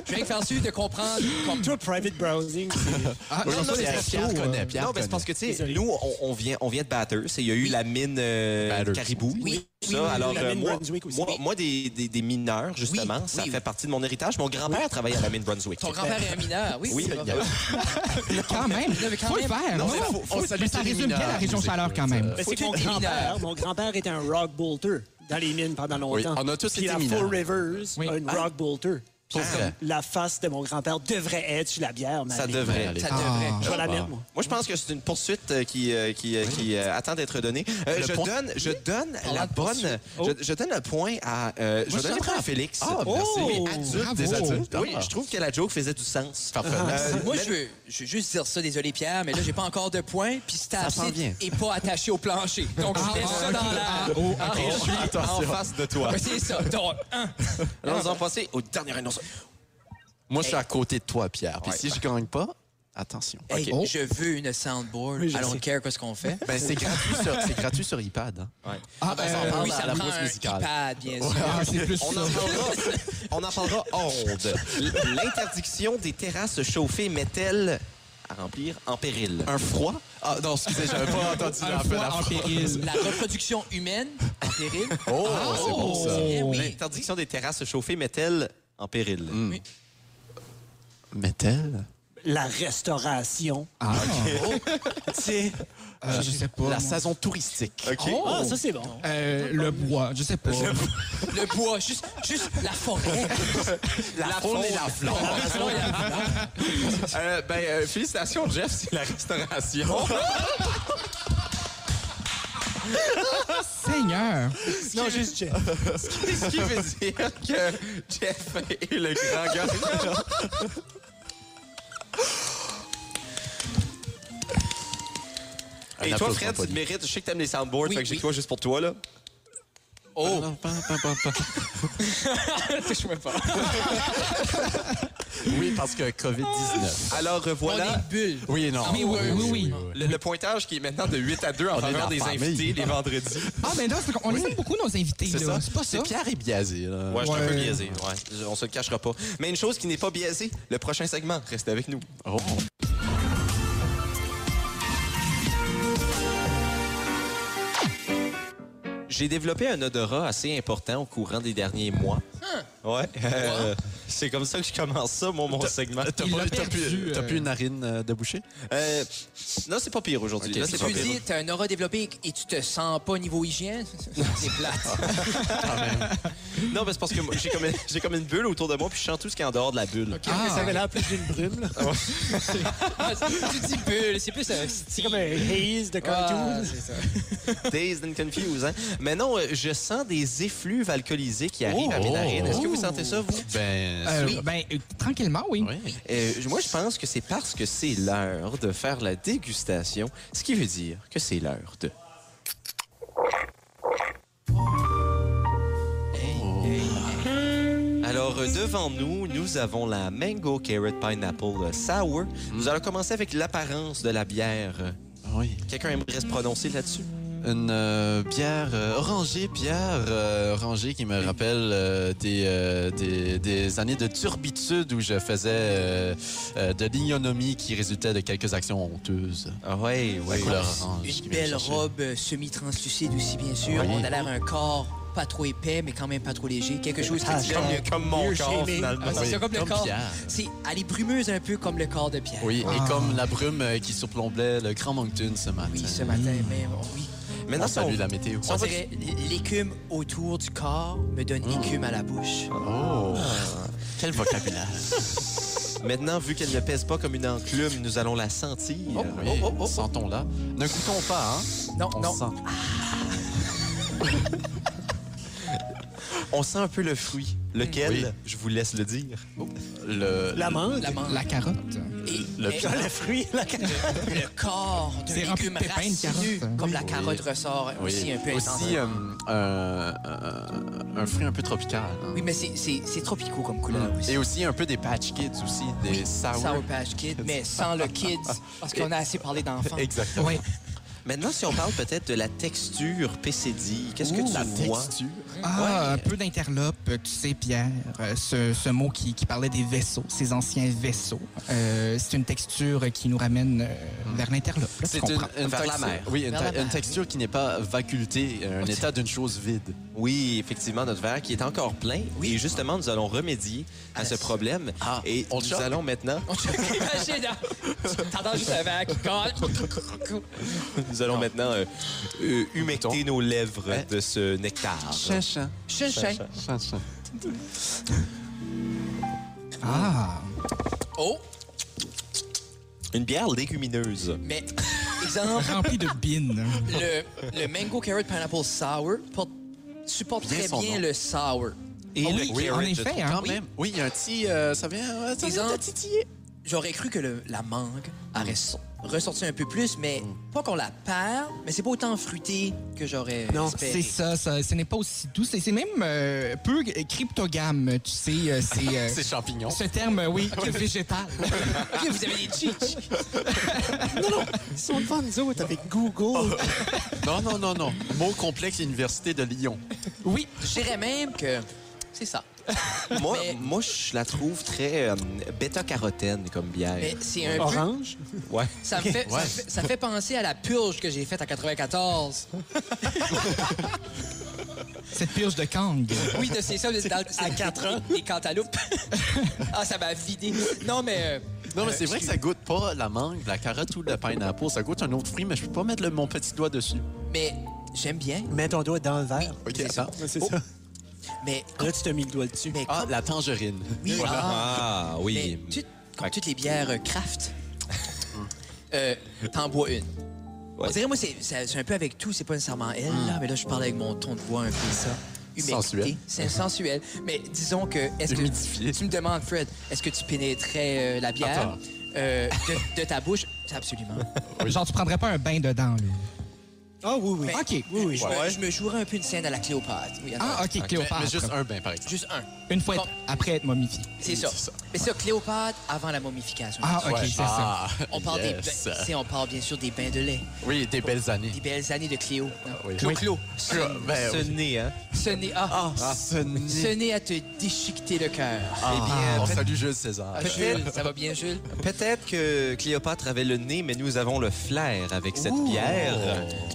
D: Je viens de faire celui de comprendre. comme-
E: Toi, private browsing, c'est-
C: Ah, non, non,
A: mais
C: Pierre,
A: c'est-
C: Pierre connaît, Pierre
A: non, mais c'est
C: connaît.
A: parce que, tu sais,
E: Désolé.
A: nous, on, on vient, on vient de Bathurst. et Il y a eu la mine euh,
C: Bathurst.
A: Caribou.
D: Oui,
A: Ça,
D: oui, oui,
A: alors,
E: la
A: euh,
E: mine
A: moi,
E: Brunswick aussi.
A: moi, moi, des, des, des mineurs, justement,
D: Oui,
A: ça
D: oui,
A: fait
D: oui.
A: partie de mon héritage. Mon grand-père travaillait à la mine Brunswick.
D: Ton grand-père est un mineur, oui.
A: Oui,
D: c'est
A: il
D: vrai.
A: y a-
F: euh, Quand même,
D: mais quand
F: faut le
D: même.
F: faire.
C: Non,
F: non?
C: mais faut- faut
F: Mais
C: saluer
F: ça
C: tous les
F: résume bien
C: mineurs
F: la région
C: qui nous
F: chaleur quand
C: écoutent,
F: même.
E: Ben, c'est
D: Faut-tu
E: mon
D: être
E: grand-père.
D: mineur?
E: Mon grand-père était un rock bolter dans les mines pendant longtemps.
C: Oui, on a tous
E: Puis
C: été
E: à
C: mineurs.
E: Four Rivers,
F: Oui.
E: un rock bolter. Hein?
C: Pour vrai.
E: La face de mon grand-père devrait être sur la bière, ma
A: Ça
E: vie.
A: devrait.
C: Allez.
D: Ça devrait.
E: Je
C: Ah.
E: vais la mettre, moi.
A: Moi, je pense que c'est une poursuite euh, qui, euh, qui, euh, qui, euh, attend d'être donnée. Euh, je,
C: point-
A: donne, je donne
D: Parlant
A: la
D: de
A: bonne.
D: poursuite.
A: Je, je donne le point à. euh, je vais donner le point à Félix.
C: Ah, merci.
A: Oui, adulte,
F: Bravo.
A: des adultes.
C: Ah.
A: Oui, je trouve que la joke faisait du sens. Euh,
C: Parfait.
D: Euh, Moi, je veux, je veux juste dire ça, désolé Pierre, mais là, j'ai pas encore de points, puis
C: s'en vient.
D: Stapsit est pas attaché au plancher. Donc, je laisse ça dans l'air. Ah,
A: Je suis en face de toi.
D: Mais c'est ça. Donc, un.
A: Alors, nous allons passer au dernier annonce.
C: Moi, je suis à côté de toi, Pierre. Puis
A: Ouais.
C: si je gagne pas, attention.
D: Hey,
C: OK.
D: Je veux une soundboard.
E: Oui, je
D: I don't
E: sais.
D: care qu'est-ce qu'on fait.
C: Ben, c'est gratuit sur, c'est gratuit sur iPad. hein.
F: Ah,
C: ben, ça en
F: euh,
C: parle
D: oui,
C: à
D: ça
C: la
D: prend
C: pause
D: un
C: musicale.
D: iPad, bien sûr.
F: ah, c'est plus
A: On
F: ça.
A: en parlera, <laughs> on en parlera hors onde. L'interdiction des terrasses chauffées met-elle à remplir en péril?
C: Un froid? Ah, non, excusez, j'avais pas entendu
F: Un
C: la fin de la
F: froid en
C: phrase.
F: péril.
D: La reproduction humaine en péril.
C: Oh, c'est bon, ça.
D: Eh oui.
A: L'interdiction des terrasses chauffées met-elle en péril?
C: Hmm. Met-elle?
E: La restauration.
F: Ah,
E: Tu sais,
F: euh, je sais pas.
C: La saison touristique. Oh!
A: OK.
E: ah, ça, c'est bon.
F: Euh, le bois, je sais pas.
D: Le bois, juste, juste la forêt.
A: La,
C: faune et la
A: flore. Euh, ben, euh, félicitations, Jeff, c'est la restauration.
F: Seigneur!
E: Non, juste Jeff.
A: <laughs> Ce qui veut dire que Jeff est le grand gagnant. Et
C: Un
A: toi,
C: applaudissement
A: Fred, tu
C: poli.
A: te mérites. Je sais que t'aimes les soundboards,
D: Oui,
A: fait que j'ai
D: oui.
A: toi juste pour toi, là.
D: Oh,
C: Non, pas, pas, pas, pas.
D: touche-moi pas.
C: <laughs> Oui, parce que COVID-19.
A: Alors, euh,
D: On est
A: voilà.
D: une bulle.
C: Oui, non.
D: Mais oui, oui, oui.
A: Le, le pointage qui est maintenant de 8 à 2 en
C: On est
A: faveur
C: dans
A: des
C: la famille.
A: invités les vendredis.
F: Ah, ben non, c'est qu'on les aime beaucoup, nos invités, là.
C: C'est ça.
F: C'est pas ça.
C: C'est Pierre et Biazé, là.
A: Ouais, je suis un peu
F: Ouais.
A: biaisé. Ouais. On se le cachera pas. Mais une chose qui n'est pas biaisée, le prochain segment. Restez avec nous.
C: Oh.
A: J'ai développé un odorat assez important au courant des derniers mois. Ouais. euh, <laughs> c'est comme ça que je commence ça, moi, mon segment.
C: T'as
F: Il
C: pas-
F: l'a
C: t'as
F: perdu,
C: plus, t'as
F: euh.
C: plus une narine euh, de boucher?
A: Euh, non, c'est pas pire aujourd'hui.
C: Ok.
A: Là, c'est
D: Tu
A: pas
D: lui
A: pire.
D: dis, t'as un aura développé et tu te sens pas niveau hygiène? <laughs> C'est <laughs> plate.
A: Non, mais c'est parce que moi, j'ai comme, une- j'ai comme une bulle autour de moi, puis je sens tout ce qui est en dehors de la bulle.
F: Ah.
E: Ça avait l'air plus d'une brume, là.
D: tu dis bulle, c'est plus un
E: C'est comme un haze de cartoon.
C: Ah.
A: Ah, Dazed and confused, hein? Mais non, euh, je sens des effluves alcoolisés qui arrivent à mes
C: Oh.
A: narines. Est-ce que vous sentez ça, vous?
C: Ben,
F: Euh,
C: oui.
F: ben, euh, tranquillement, oui.
C: Oui.
A: Euh, moi, je pense que c'est parce que c'est l'heure de faire la dégustation, ce qui veut dire que c'est l'heure de... Alors, euh, devant nous, nous avons la Mango Carrot Pineapple euh, Sour. Nous allons commencer avec l'apparence de la bière.
C: Ah Oui.
A: Quelqu'un aimerait se prononcer là-dessus?
C: Une euh, bière euh, orangée, bière euh, orangée qui me rappelle euh, des, euh, des, des années de turbitude où je faisais euh, euh, de l'ignominie qui résultait de quelques actions honteuses.
A: Ah ouais,
C: La
A: ouais.
C: couleur orange. qui
D: Une
C: vient me
D: belle
C: chercher.
D: robe euh, semi-translucide aussi, bien sûr.
C: Oui.
D: On a l'air un corps pas trop épais, mais quand même pas trop léger. Quelque chose
C: Ah,
D: qui est comme,
A: Comme,
D: le-
A: comme mon
E: mieux
A: corps,
E: shaming.
A: finalement.
D: Ah, c'est
C: Oui,
D: ça, comme le
C: comme
D: corps.
C: Pierre.
D: C'est, elle est brumeuse un peu comme le corps de Pierre.
C: Oui, et comme la brume euh, qui surplombait le Grand Moncton ce matin.
D: Ah. Oui, ce matin même, oh oui.
A: Maintenant,
C: On
A: si on-
C: salue la météo.
D: On dirait l'écume autour du corps me donne écume à la bouche.
C: Oh!
D: Ah,
C: Quel vocabulaire!
A: Maintenant, vu qu'elle ne pèse pas comme une enclume, nous allons la sentir.
C: <laughs>
D: Oh,
C: Oh, Oui, Sentons-la. Ne goûtons pas, hein?
D: Non,
C: On
D: non.
C: sent.
A: <laughs> On sent un peu le fruit. Lequel,
C: Oui.
A: je vous laisse le dire.
C: Le,
E: La menthe,
D: La menthe.
F: La carotte.
D: Et,
C: le
D: et-
E: le fruit, la carotte.
D: le corps d'un
F: C'est rempli
D: légume
F: de pépins, une
D: racinu,
F: carotte.
D: comme
F: Oui.
D: la carotte ressort
C: oui.
D: aussi un peu intense.
C: Aussi, euh, euh, euh, un fruit un peu tropical. hein.
D: Oui, mais c'est- c'est c'est tropicaux comme couleur
C: Mm.
D: aussi.
C: Et ah aussi un peu des Patch Kids aussi, des sour.
D: Sour Patch Kids, mais sans le kids, parce qu'on a assez parlé d'enfants. <laughs>
C: Exactement.
F: Oui.
A: Maintenant, si on parle peut-être de la texture PCD, qu'est-ce que tu
C: La
A: vois?
C: texture.
F: Ah, un peu d'interlope, tu sais, Pierre, euh, ce, ce mot qui, qui parlait des vaisseaux, ces anciens vaisseaux. Euh, c'est une texture qui nous ramène euh, vers l'interlope. là, tu
C: C'est
F: comprends.
C: une, une
A: Vers la
C: texture-
A: mer.
C: Oui, une,
D: Vers la
C: te- une
D: mer.
C: texture qui n'est pas vacultée, un état d'une chose vide.
A: Oui, effectivement, notre verre qui est encore plein. Oui. Et justement, nous allons remédier à ce problème.
C: Ah,
A: et
C: on
A: nous
C: choque?
A: allons <laughs> maintenant,
D: Imagine, hein? t'entends juste un verre qui colle.
A: nous allons maintenant euh, euh, humecter nos lèvres
C: Hein?
A: de ce nectar.
C: Chin-chin.
D: Chun, chun.
C: Chin-chin.
F: Ah,
D: Oh,
A: Une bière <laughs> légumineuse.
D: mais exemple,
F: rempli de bine.
D: le, le Mango Carrot Pineapple Sour porte- supporte
C: Bien
D: très
C: son
D: bien
C: nom.
D: le sour.
A: Et
F: Ah oui, en effet, hein.
C: Quand même. Oui, il y a un petit... euh, ça vient... ouais, Ça vient
D: Disons-
C: de titiller.
D: J'aurais cru que le- la mangue aurait so- ressorti un peu plus, mais
E: Mm.
D: pas qu'on la perd, mais c'est pas autant fruité que j'aurais
E: Non,
D: espéré.
F: C'est ça, ça, ce n'est pas aussi doux. C'est c'est même euh, peu cryptogame, tu sais. euh, c'est euh,
C: Ces champignons.
F: ce terme, euh, oui, que végétal.
D: <laughs> Ok, vous avez des cheats.
E: Ils sont devant nous autres avec Google.
C: Non, non, non, non. Mot complexe, Université de Lyon.
D: Oui, je dirais même que c'est ça.
A: Moi,
D: Mais-
A: moi je la trouve très euh, bêta-carotène comme bière.
D: Mais c'est un peu...
E: Orange.
A: Ouais.
D: Ça me, fait, ça,
C: Ouais.
D: me fait, ça me fait penser à la purge que j'ai faite en 94.
F: Cette purge de Kang.
D: Oui, de- c'est ça, de- dans- c'est-
E: à quatre ans.
D: Les cantaloupes. <laughs> ah, ça m'a vidé. Non, mais... euh,
C: Non, mais c'est
D: euh,
C: vrai que
D: excuse-
C: ça goûte pas la mangue, la carotte ou le pineapple. Ça goûte un autre fruit, mais je peux pas mettre le- mon petit doigt dessus.
D: Mais j'aime bien.
E: Mets ton doigt dans le verre.
C: OK,
D: C'est ça.
C: attends.
E: Ouais, C'est
C: Oh,
E: ça.
D: Mais...
E: Là, tu t'as mis le doigt dessus.
D: mais
C: Ah,
D: comme-
C: la tangerine.
D: oui, ah,
A: Ah,
D: mais
A: oui.
C: euh,
D: tu- comme toutes les bières euh, craft, <laughs> euh, t'en bois une. On dirait, moi, c'est- c'est c'est un peu avec tout, c'est pas nécessairement elle, là, mais là, je parle avec mon ton de voix un peu ça. Humecté.
C: Mm. Sensuel.
D: C'est sensuel. Mais disons que. Est-ce que
C: Humidifié.
D: tu me demandes, Fred, est-ce que tu pénétrais euh, la bière
C: Attends.
D: euh, de, de ta bouche? Absolument.
C: <laughs>
F: Genre, tu prendrais pas un bain dedans, là.
E: Ah oui, oui.
D: Mais-
F: OK.
E: Oui, oui.
D: Je, me, je me jouerais un peu une scène à la Cléopâtre. Oui,
F: Ah,
D: attends.
F: OK,
C: Mais,
F: Cléopâtre.
C: mais juste un bain, par exemple.
D: Juste un.
F: Une fois être- après être momifié.
D: C'est ça.
C: C'est ça.
D: Mais ça, Cléopâtre avant la momification.
F: Ah, OK, c'est ça.
C: Ah,
D: On parle,
C: yes.
D: des, bains- tu sais, on parle bien sûr des bains de lait.
C: Oui, des belles années.
D: Des belles années de Cléo.
C: oui.
D: Clo-Clo.
C: Ah, ben,
A: Ce nez, hein?
D: Ce n'est ah,
C: ah, ce nez.
D: ce n'est à te déchiqueter le cœur.
C: Ah, on salue Jules César.
D: Ah, Jules, ça va bien, Jules?
A: Peut-être que Cléopâtre avait le nez, mais nous avons le flair avec cette bière.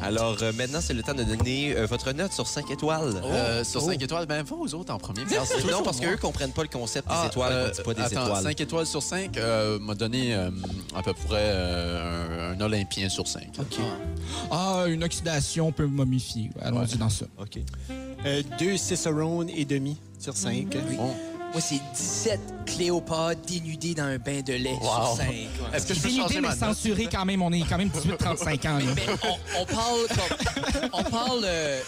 A: Alors euh, maintenant, c'est le temps de donner euh, votre note sur 5 étoiles.
C: Euh,
F: Oh.
C: sur 5 étoiles, ben va aux autres en premier. Pierre, c'est
A: non,
C: toujours
A: parce
C: moi.
A: qu'eux comprennent pas le concept des
C: Ah,
A: étoiles,
C: euh,
A: on dit pas des
C: attends,
A: étoiles.
C: 5 étoiles sur 5 euh, m'a donné euh, à peu près euh, un, un Olympien sur 5.
F: Ah, une oxydation peut momifier. Allons-y dans ça.
A: OK.
E: Euh, deux Cicerone et demi sur cinq.
C: Bon.
D: Moi, c'est 17 Cléopâtre dénudés dans un bain de lait sur
C: Wow.
D: 5.
C: Est-ce que je peux
F: Dénudé,
C: changer ma
F: mais
C: note?
F: censuré quand même. On est quand même 18-35 ans. là.
C: <laughs>
D: Mais on, on parle comme... On parle... euh,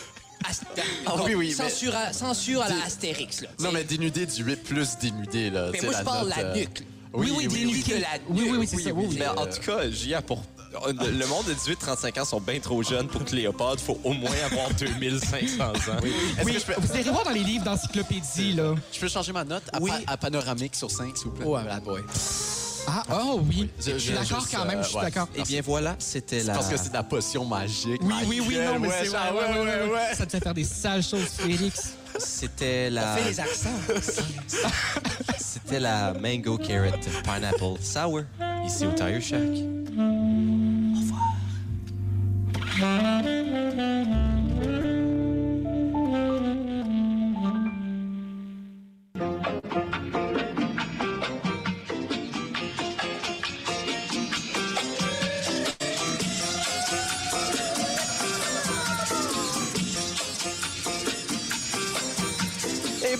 D: ast-
C: Ah oui, oui, mais-
D: Censure, à, censure à la Astérix, là.
C: Non, mais dénudé du 8 plus dénudé, là.
D: Mais
C: tu sais,
D: moi, je parle
C: note,
D: la
C: euh,
D: nuque.
C: Oui, oui,
D: dénudé
C: oui.
D: de la nuque.
F: Oui, oui, oui, c'est ça. Oui, oui.
A: Mais en tout cas, J.A., pour... euh, le monde de 18-35 ans sont bien trop jeunes pour Cléopâtre. faut au moins avoir 2500 ans.
C: Est-ce
F: Oui,
C: que je peux,
F: vous irez voir dans les livres d'encyclopédie, là.
C: je peux changer ma note à,
D: Oui.
C: pa- à panoramique sur 5, s'il vous plaît?
D: Ouais, la boy.
F: Ah, oh oui.
C: Je-
F: Je suis
C: je-
F: d'accord
C: juste,
F: quand même, je suis
C: euh, ouais.
F: d'accord.
A: Eh bien, voilà, c'était la...
C: Parce que c'est de la potion magique. ah,
F: Oui,
C: Ma
F: oui, oui,
C: gueule,
F: non, mais c'est
C: ça,
F: ouais, ouais, ouais, ouais, Ça te fait faire des sales choses, Félix.
A: C'était la...
D: Fais les accents.
A: C'était la Mango Carrot Pineapple Sour, ici au Tire Shack.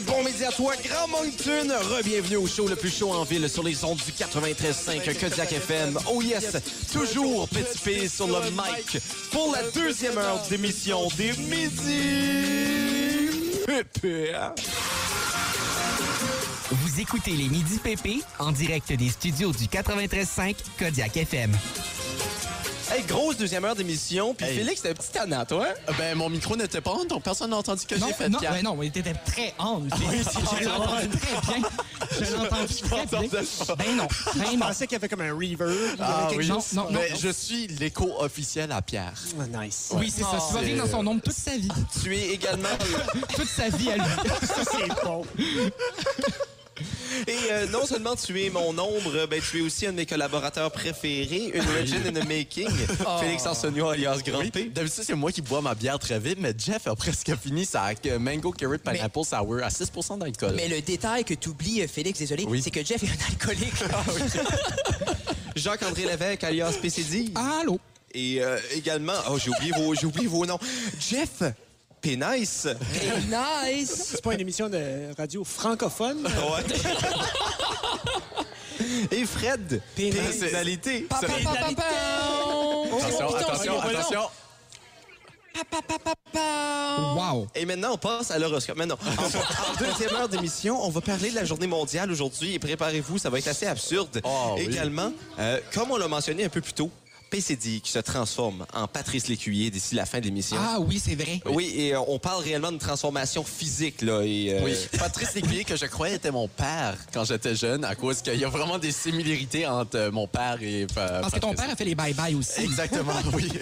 A: Bon midi à toi, Grand Moncton. Rebienvenue au show le plus chaud en ville sur les ondes du 93.5 Kodiak FM. Oh yes, toujours Petit P sur le mic pour la deuxième heure d'émission des midis. Pépère.
B: Vous écoutez les Midi PP en direct des studios du 93.5 Kodiak FM.
A: Hey, grosse deuxième heure d'émission. Puis
C: Hey.
A: Félix, t'es un petit tannant, toi? hein?
C: Ben, mon micro n'était pas on, donc personne n'a entendu que
F: Non,
C: j'ai fait Ah
F: non, ben,
C: Pierre.
F: ouais, non, il était très on. je l'ai entendu très bien. Je l'ai entendu très bien. Ben non, ben
E: Je
F: non.
E: pensais qu'il y avait comme un reverb.
C: Ah oui,
F: Non, non, non,
C: Ben,
F: non.
C: je suis l'écho officiel à Pierre.
E: Ah, nice.
F: Oui, c'est ça. Tu vas vivre dans son ombre toute sa vie.
A: Tu es
C: <laughs>
A: également...
F: Toute sa vie à lui.
E: Ça, c'est bon.
A: Et euh, non seulement tu es mon ombre, ben, tu es aussi un de mes collaborateurs préférés, une legend in the
C: <laughs>
A: making, Félix Arsenault alias Grand
C: Oh. Oui.
A: P.
C: D'habitude, c'est moi qui bois ma bière très vite, mais Jeff a presque fini sa euh, Mango Carrot Pineapple Sour à 6 d'alcool.
D: Mais le détail que t'oublies, euh, Félix, désolé,
C: Oui. Ah
D: c'est que Jeff est un alcoolique.
A: Jacques-André Lévesque alias PCD.
C: Ah.
F: Allô?
A: Et euh, également, oh, j'ai oublié, vos- j'ai oublié vos noms. Jeff Pénice.
D: <laughs> Et nice!
E: C'est pas une émission de radio francophone.
A: <laughs> Et Fred
E: Pénice.
A: Pénalité.
D: Pa, pa, pa, pa, pa.
C: Attention,
D: Putain,
C: attention,
D: c'est bon,
C: attention.
D: Pa, pa, pa, pa, pa.
F: Wow.
A: Et maintenant, on passe à l'horoscope. Maintenant, <laughs> en, en deuxième heure d'émission, on va parler de la journée mondiale aujourd'hui. Et préparez-vous, ça va être assez absurde.
C: Ah, oui.
A: Également, euh, comme on l'a mentionné un peu plus tôt, PCD qui se transforme en Patrice Lécuyer d'ici la fin de l'émission.
F: Ah oui, c'est vrai.
A: Oui, et euh, on parle réellement d'une transformation physique, là. Et, euh,
C: Oui. Patrice Lécuyer, que je croyais était mon père quand j'étais jeune, à cause qu'il y a vraiment des similarités entre euh, mon père et. euh,
F: Parce que ton père
C: Patrice.
F: a fait les bye-bye aussi.
D: <laughs>
C: Exactement, oui.
A: <laughs>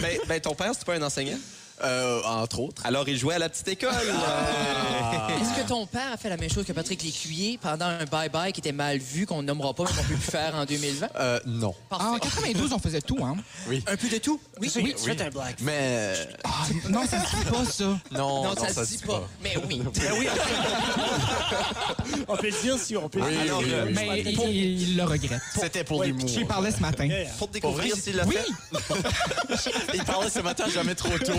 A: Ben, ben, ton père, c'est pas un enseignant?
C: Euh, entre autres.
A: Alors, il jouait à la petite école. euh,
D: Est-ce que ton père a fait la même chose que Patrick Lécuyer pendant un bye-bye qui était mal vu, qu'on nommera pas, mais qu'on peut plus faire en 2020?
C: Euh, non.
F: Ah, en
D: Parfait.
F: 92, on faisait tout, hein?
D: Un peu de tout? Oui,
E: Tu sais, tu fais un black.
C: Mais.
F: Ah, non, ça se dit pas, ça.
C: Non,
D: Non, ça, se dit pas. Mais <laughs> oui.
E: On peut le dire si on peut le
C: Oui,
E: dire.
A: Alors,
C: oui,
A: euh,
C: oui.
F: Mais il, il le regrette.
C: C'était pour
E: Ouais,
C: l'humour.
F: Je lui parlais ce matin.
E: Yeah.
A: Pour te découvrir s'il l'a
F: Oui,
A: fait.
C: Il parlait ce matin, jamais trop
D: <laughs>
C: tôt.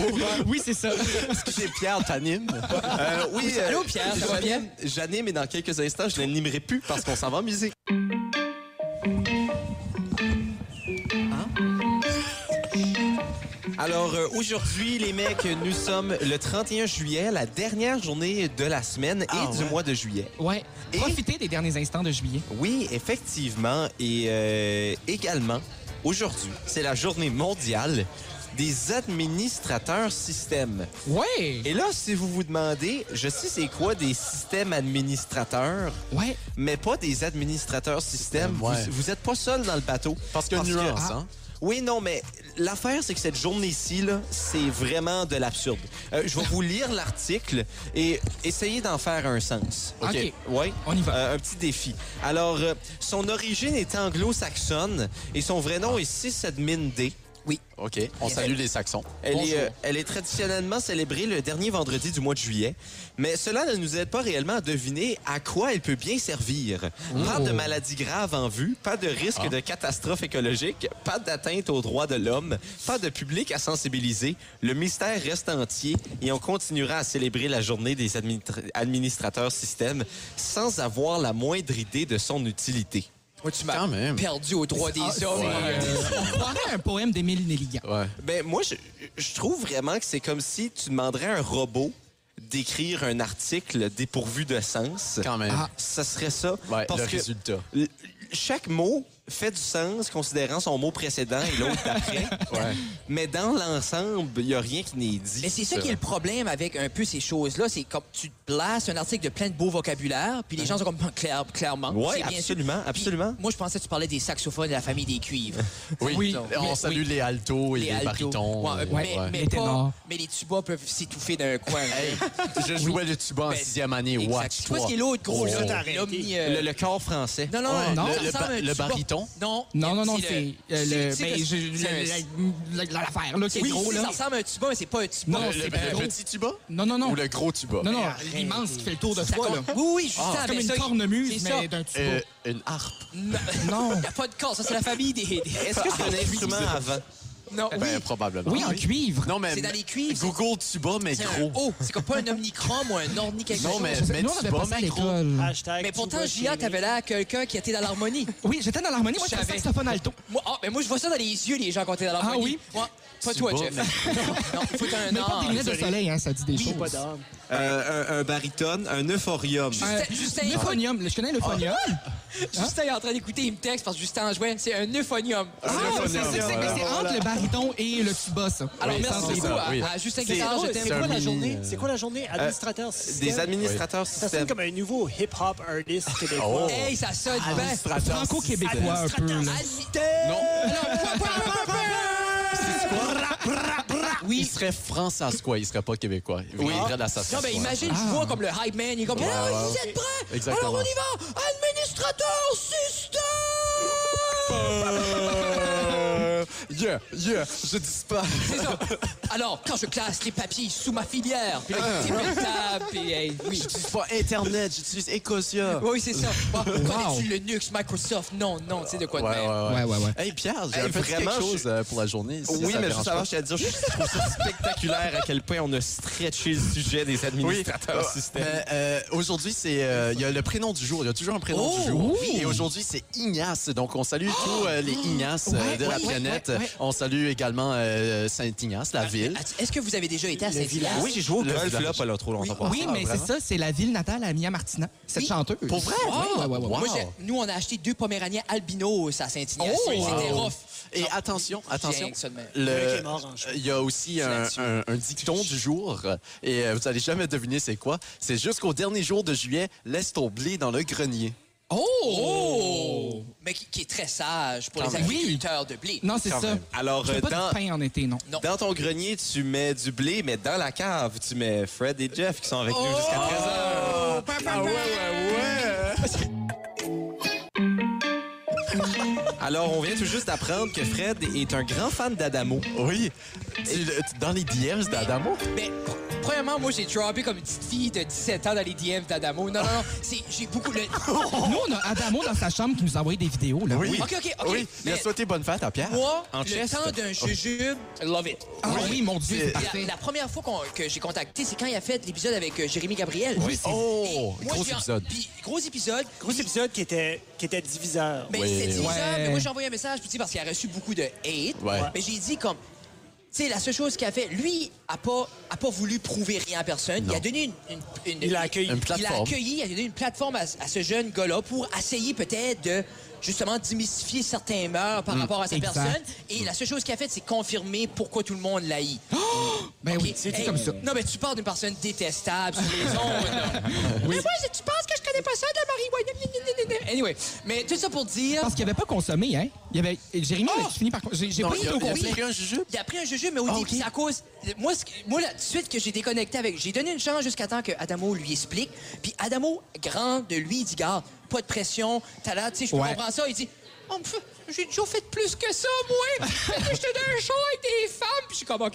F: oui, c'est ça.
C: Excusez, Pierre, t'animes?
A: <laughs> Euh, oui. euh,
D: Allô, Pierre, ça va bien?
A: j'anime- J'anime et dans quelques instants, je n'animerai plus parce qu'on s'en va en musique. Hein? Alors euh, aujourd'hui, les mecs, nous sommes le 31 juillet, la dernière journée de la semaine et
D: Ah
A: du mois de juillet.
F: Ouais.
A: Et-
F: Profitez des derniers instants de juillet.
A: Oui, effectivement. Et euh, également, aujourd'hui, c'est la journée mondiale des administrateurs systèmes.
F: Ouais.
A: Et là, si vous vous demandez, je sais c'est quoi des systèmes administrateurs,
F: Ouais.
A: mais pas des administrateurs systèmes.
C: Système, ouais.
A: Vous- Vous n'êtes pas seul dans le bateau. ah,
C: Parce que nuance, hein?
A: Oui, non, mais l'affaire, c'est que cette journée-ci, là, c'est vraiment de l'absurde. Euh, je vais vous lire l'article et essayer d'en faire un sens.
F: OK.
A: Oui.
F: On y va.
A: Euh, un petit défi. Alors, euh, son origine est anglo-saxonne et son vrai nom est sysadmin D.
C: OK. On
D: ben-
C: salue les Saxons.
A: Elle est,
D: Bonjour.
A: euh, elle est traditionnellement célébrée le dernier vendredi du mois de juillet, mais cela ne nous aide pas réellement à deviner à quoi elle peut bien servir. Pas de maladies graves en vue, pas de risque de catastrophe écologique, pas d'atteinte aux droits de l'homme, pas de public à sensibiliser. Le mystère reste entier et on continuera à célébrer la journée des administra- administrateurs système sans avoir la moindre idée de son utilité.
D: Moi, tu
C: Quand
D: m'as
C: même.
D: perdu au droit des hommes. Euh.
F: On croirait un poème d'Émile Nelligan.
C: Ouais.
A: Ben moi, je, je trouve vraiment que c'est comme si tu demanderais à un robot d'écrire un article dépourvu de sens.
C: Quand même.
F: Ah.
A: Ça serait ça.
C: Ouais,
A: parce
C: le
A: que
C: résultat.
A: l- chaque mot fait du sens considérant son mot précédent et l'autre d'après.
C: Ouais.
A: Mais dans l'ensemble, il n'y a rien qui n'est
D: Mais
A: dit.
D: c'est ça qui est le problème avec un peu ces choses-là. C'est comme tu te places un article de plein de beaux vocabulaire, puis les gens sont comme <laughs> clair, clairement.
A: Ouais,
D: c'est bien sûr.
A: absolument,
D: Puis
A: absolument.
D: moi, je pensais que tu parlais des saxophones et la famille des <laughs> cuivres.
C: Oui.
F: Oui.
C: On
D: Mais-
C: salue les altos et les,
D: altos.
C: baritons.
D: Ouais,
C: et-
D: mais,
C: ouais.
D: mais
F: Les
D: pas-
F: ténors.
D: mais les tubas peuvent s'étouffer d'un coin.
C: Je jouais le tuba en
D: Ben,
C: sixième année.
D: Exact.
C: Watch.
D: Tu vois ce qui est l'autre gros,
C: Oh.
D: là,
E: T'as arrêté.
D: l'omni... euh,
A: Le, le corps français.
D: Non, non,
F: Ouais,
D: non.
F: non.
D: ça
C: Le-
D: ressemble à un
C: le
D: tuba.
C: baryton?
D: Non.
F: Non, non, non,
D: le-
F: c'est euh, le-
D: c'est-
F: mais je-
D: c'est- c'est-
F: le- le- la- l'affaire là qui est
D: Oui,
F: gros
D: ça
F: là.
D: ressemble à un tuba, mais c'est pas un tuba.
F: Non,
C: Le,
F: c'est
C: le
F: gros.
C: petit tuba?
F: Non, non, non.
C: Ou le gros tuba?
F: Non, non,
E: arrête.
F: l'immense qui fait le tour de
D: Ça
F: toi là.
D: compte- Oui, oui,
C: Ah.
D: je suis
F: C'est comme une cornemuse mais d'un tuba.
C: Euh, une harpe.
F: <laughs>
D: Non. Il n'y a pas de corps, ça c'est la famille des. des-
A: Est-ce que c'est un instrument Ah, avant?
D: Non, oui.
C: Ben, probablement.
F: Oui, en cuivre.
C: Non, mais
D: C'est dans les cuivres, Oh, ça.
C: Google tuba, mais
D: C'est un
C: gros.
D: O. C'est comme pas un omnicron ou un orni quelque
C: Non,
D: chose.
C: mais, mais
F: Nous, on avait
C: tuba,
F: passé à
C: mais gros.
F: l'école.
E: Hashtag
D: Mais pourtant,
E: Tuba
D: Gia,
E: Chérie.
D: t'avais l'air quelqu'un qui était dans l'harmonie.
F: Oui, j'étais dans l'harmonie, moi,
D: Je
F: j'étais
D: savais.
F: saxophone alto.
D: Moi, ah, mais moi, je vois ça dans les yeux, les gens quand t'es dans l'harmonie.
F: Ah oui?
D: Moi, pas
C: Tu
D: toi,
C: vois,
D: Jeff. <laughs> non, il faut
F: Mais
D: un
F: pas des
D: an.
F: lunettes de soleil, hein, ça dit des
E: Oui, pas
F: choses.
E: d'âme.
A: Euh, un, un baritone, un euphorium.
D: Justin, Justin,
F: L'euphonium, Euh, je connais l'euphonium.
D: Justin est en train d'écouter, il me texte parce que Justin jouait. C'est un euphonium.
F: Ah, c'est- c'est c'est- c'est entre le baryton et le tuba, ça.
D: Alors,
C: Oui,
D: merci
C: c'est
D: beaucoup
C: ça,
D: à,
C: oui.
D: à Justin
E: C'est
D: Guittard. Je
E: quoi-
D: t'aime.
E: c'est quoi
C: un
E: la
C: mini,
E: journée?
C: euh,
E: C'est quoi la journée? Administrateur système.
A: Des administrateurs
E: Ça
A: système.
E: sonne comme un nouveau hip-hop artist québécois.
D: Hey, ça sonne bien.
C: Administrateur.
F: Franco-québécois, un peu.
D: Ah,
F: là.
C: Non.
D: Oui.
C: Il serait français, quoi. Il serait pas québécois. Il viendrait de la
D: Non, ben, mais imagine, je vois comme le hype man, il est comme, alors, vous êtes prêts?
C: Exactement.
D: Alors, on y va! Administrateur système!
C: Yeah, yeah, je disparais.
D: C'est ça. Alors, quand je classe les papiers sous ma filière, puis là, il y a des tables, puis, hey, oui.
C: J'utilise pas Internet, j'utilise Ecosia.
D: Oui, c'est ça. Bon, Connais-tu le Nux Microsoft? Non, non, tu sais de quoi de même.
F: Ouais, ouais, ouais.
C: Hey Pierre, j'ai
A: Hey,
C: un petit
A: vraiment,
C: quelque chose
A: je-
C: euh, pour la journée. si
A: Oui,
C: ça
A: mais
C: dérange
A: juste
C: pas.
A: savoir, je tiens à dire, je trouve ça spectaculaire à quel point on a stretché le sujet des administrateurs
C: Euh,
A: système.
C: euh, euh, aujourd'hui, c'est euh, il y a le prénom du jour. Il y a toujours un prénom
D: Oh, Oh,
C: du jour. Et aujourd'hui, c'est Ignace. Donc, on salue tous euh, les Ignaces euh,
D: Ouais,
C: de la
D: ouais,
C: planète.
D: ouais, Ah, ouais.
C: On salue également euh, Saint-Ignace, la ville.
D: Attends, Est-ce que vous avez déjà été à Saint-Hilaire?
A: Oui, j'ai joué au
C: Le
A: golf
C: village.
A: là, pas là, trop longtemps passé. Ah,
F: Oui, mais c'est ça, c'est la ville natale à Mia Martina, cette
D: Oui.
F: chanteuse.
C: Pour vrai?
F: Oui, ouais, ouais, ouais, ouais.
C: Wow.
D: Moi, j'ai- nous, on a acheté deux Poméraniens albinos à Saint-Ignace. C'était
C: Wow.
D: rough.
C: Et attention, attention.
D: J'ai ça de même.
C: le-
E: Le mec est mort en jeu.
C: il y a aussi un,
D: là-dessus.
C: un- un dicton du jour et euh, vous allez jamais deviner c'est quoi. C'est jusqu'au dernier jour de juillet, laisse ton blé dans le grenier.
D: Oh! Mais qui, qui est très sage pour
C: Quand
D: les
C: même.
D: agriculteurs de blé.
F: Non, c'est
C: Quand
F: ça.
C: même.
A: Alors,
F: Je fais
A: euh,
F: pas
A: dans,
F: de pain en été, non.
D: Non.
A: dans ton grenier, tu mets du blé, mais dans la cave, tu mets Fred et Jeff qui sont avec nous jusqu'à présent. Alors, on vient tout juste d'apprendre que Fred est un grand fan d'Adamo.
C: Oui. Tu le- tu- dans les DMs d'Adamo?
D: Mais pr- premièrement, moi, j'ai droppé comme une petite fille de 17 ans dans les DM d'Adamo. Non, non, non. c'est- J'ai beaucoup... Le...
F: Nous, on a Adamo dans sa chambre qui nous a envoyé des vidéos, là.
D: OK, OK, OK.
C: Oui. Il a
D: Mais-
C: souhaité bonne fête à Pierre.
D: Moi,
A: En
D: le
A: chest.
D: temps d'un jujube, love it.
F: Ah oui, mon Dieu, c'est
D: La-
F: parfait.
D: La, première fois qu'on- que j'ai contacté, c'est quand il a fait l'épisode avec euh, Jérémy Gabriel.
C: Oui, c'est- Oh,
D: Et moi,
C: gros
D: j'ai-
C: épisode.
D: puis gros épisode.
E: Gros épisode qui était, qui était diviseur.
D: Mais
C: Oui.
D: c'était diviseur,
F: Ouais.
D: mais moi j'ai envoyé un message pour dire parce qu'il a reçu beaucoup de hate.
C: Ouais.
D: Mais j'ai dit comme tu sais la seule chose qu'il a fait, lui a pas a pas voulu prouver rien à personne. Il a donné une, une- une-
E: Il l'a accueilli.
C: Une
D: il a
C: plateforme.
D: accueilli, il a donné une plateforme à, à ce jeune gars-là pour essayer peut-être de justement démystifier certains mœurs
C: Mm.
D: par rapport à sa
F: Exact.
D: personne. Et la seule chose qu'il a fait, c'est confirmer pourquoi tout le monde l'haït.
F: Ben oui,
D: Ok,
F: c'est
D: hey,
F: comme ça.
D: Non, mais tu parles d'une personne détestable sur les ondes. là. Mais moi, je- tu penses que je connais pas ça de la marijuana? Anyway, mais tout ça pour dire...
F: Parce qu'il avait pas consommé, hein. Il y avait... Jérémy, avait fini par... J'ai j'ai
C: Non,
F: pas
C: il
F: été
C: a,
F: au
C: il a
D: <laughs>
F: complet.
C: pris un jujube.
D: Il a pris un jujube, mais au début, c'est à cause. Moi, ce que- moi, là, tout de suite que j'ai déconnecté avec. J'ai donné une chance jusqu'à temps que Adamo lui explique. Puis Adamo, grand de lui, il dit Garde, pas de pression, t'as l'air, tu sais, je peux
F: Ouais.
D: comprendre ça. Il dit Oh, pff, j'ai déjà fait plus que ça,
F: <laughs>
D: moi. Fait que J'étais dans un show avec des femmes. Puis je suis comme, OK.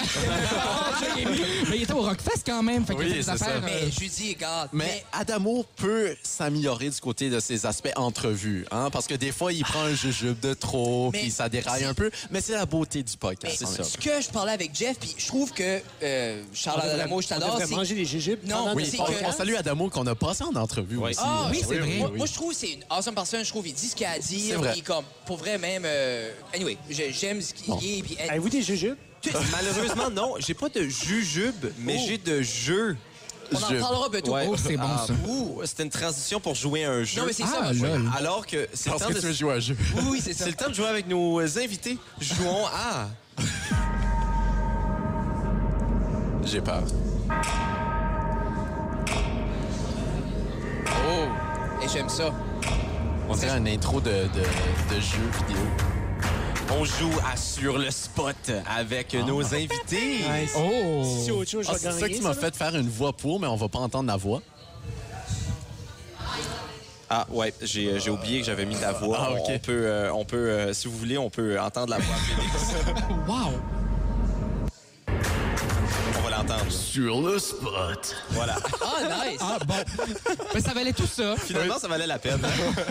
F: Mais il était au Rockfest quand même, fait qu'il
C: Oui,
F: y a des
C: c'est ça.
F: affaires... euh,
D: mais je lui dis Garde,
C: Mais,
D: mais.
C: Adamo peut s'améliorer du côté de ses aspects entrevues, hein, parce que des fois, il prend un jujube de trop,
D: Mais
C: puis ça déraille un peu, mais c'est la beauté du
D: mais
C: podcast. hein. c'est
D: ce
C: ça.
D: que je parlais avec Jeff, puis je trouve que euh, Charles
E: On devrait-
D: Adamo, je
E: On
D: t'adore.
E: devrait
D: c'est-
E: manger des jujubes.
D: Non,
E: pendant
D: mais
E: des-
D: c'est
C: On,
D: que-
C: on salue Adamo qu'on a passé en entrevue aussi.
D: Ah oui,
F: Oui,
D: c'est
F: oui,
D: vrai.
F: oui,
D: Moi,
F: oui.
D: moi, je trouve que c'est une awesome personne. Je trouve qu'il dit ce qu'il a à
C: C'est
D: dire.
C: vrai.
D: Puis comme, pour vrai, même... euh, anyway, je- j'aime ce qu'il est. Puis,
E: Avez-vous des jujubes?
A: Malheureusement, non, j'ai pas de jujube, mais
C: Oh.
A: j'ai de jeu.
D: on en
C: je-
D: parlera bientôt.
A: Ouais.
F: Oh, c'est bon,
A: Ah,
F: ça.
A: ouh, C'était une transition pour jouer à un jeu.
D: Non, mais c'est ça.
F: Ah,
D: moi, je-
F: lol.
A: Alors que c'est le
C: Parce
A: temps
C: que
A: de-
C: tu veux jouer à un
D: <laughs>
C: jeu.
D: Oui, oui, c'est ça.
A: c'est le temps de jouer avec nos invités. Jouons à...
C: J'ai peur. Oh!
D: Et j'aime ça.
C: On dirait un intro de, de, de jeu vidéo.
A: On joue à Sur le spot avec nos invités.
F: Oh!
E: Si autre chose, je
C: Ah,
E: vais
C: c'est
E: gagner.
C: ça qui m'a
E: ça,
C: fait faire une voix pour, mais on va pas entendre la voix.
A: Ah ouais, j'ai j'ai oublié que j'avais mis ta voix.
C: Ah, ok.
A: On peut, euh, on peut euh, si vous voulez, on peut entendre la voix.
F: Wow!
A: on va l'entendre.
C: Sur le spot.
A: Voilà.
D: Ah, nice!
F: Ah bon. Ben, ça valait tout ça.
A: Finalement, ça valait la peine.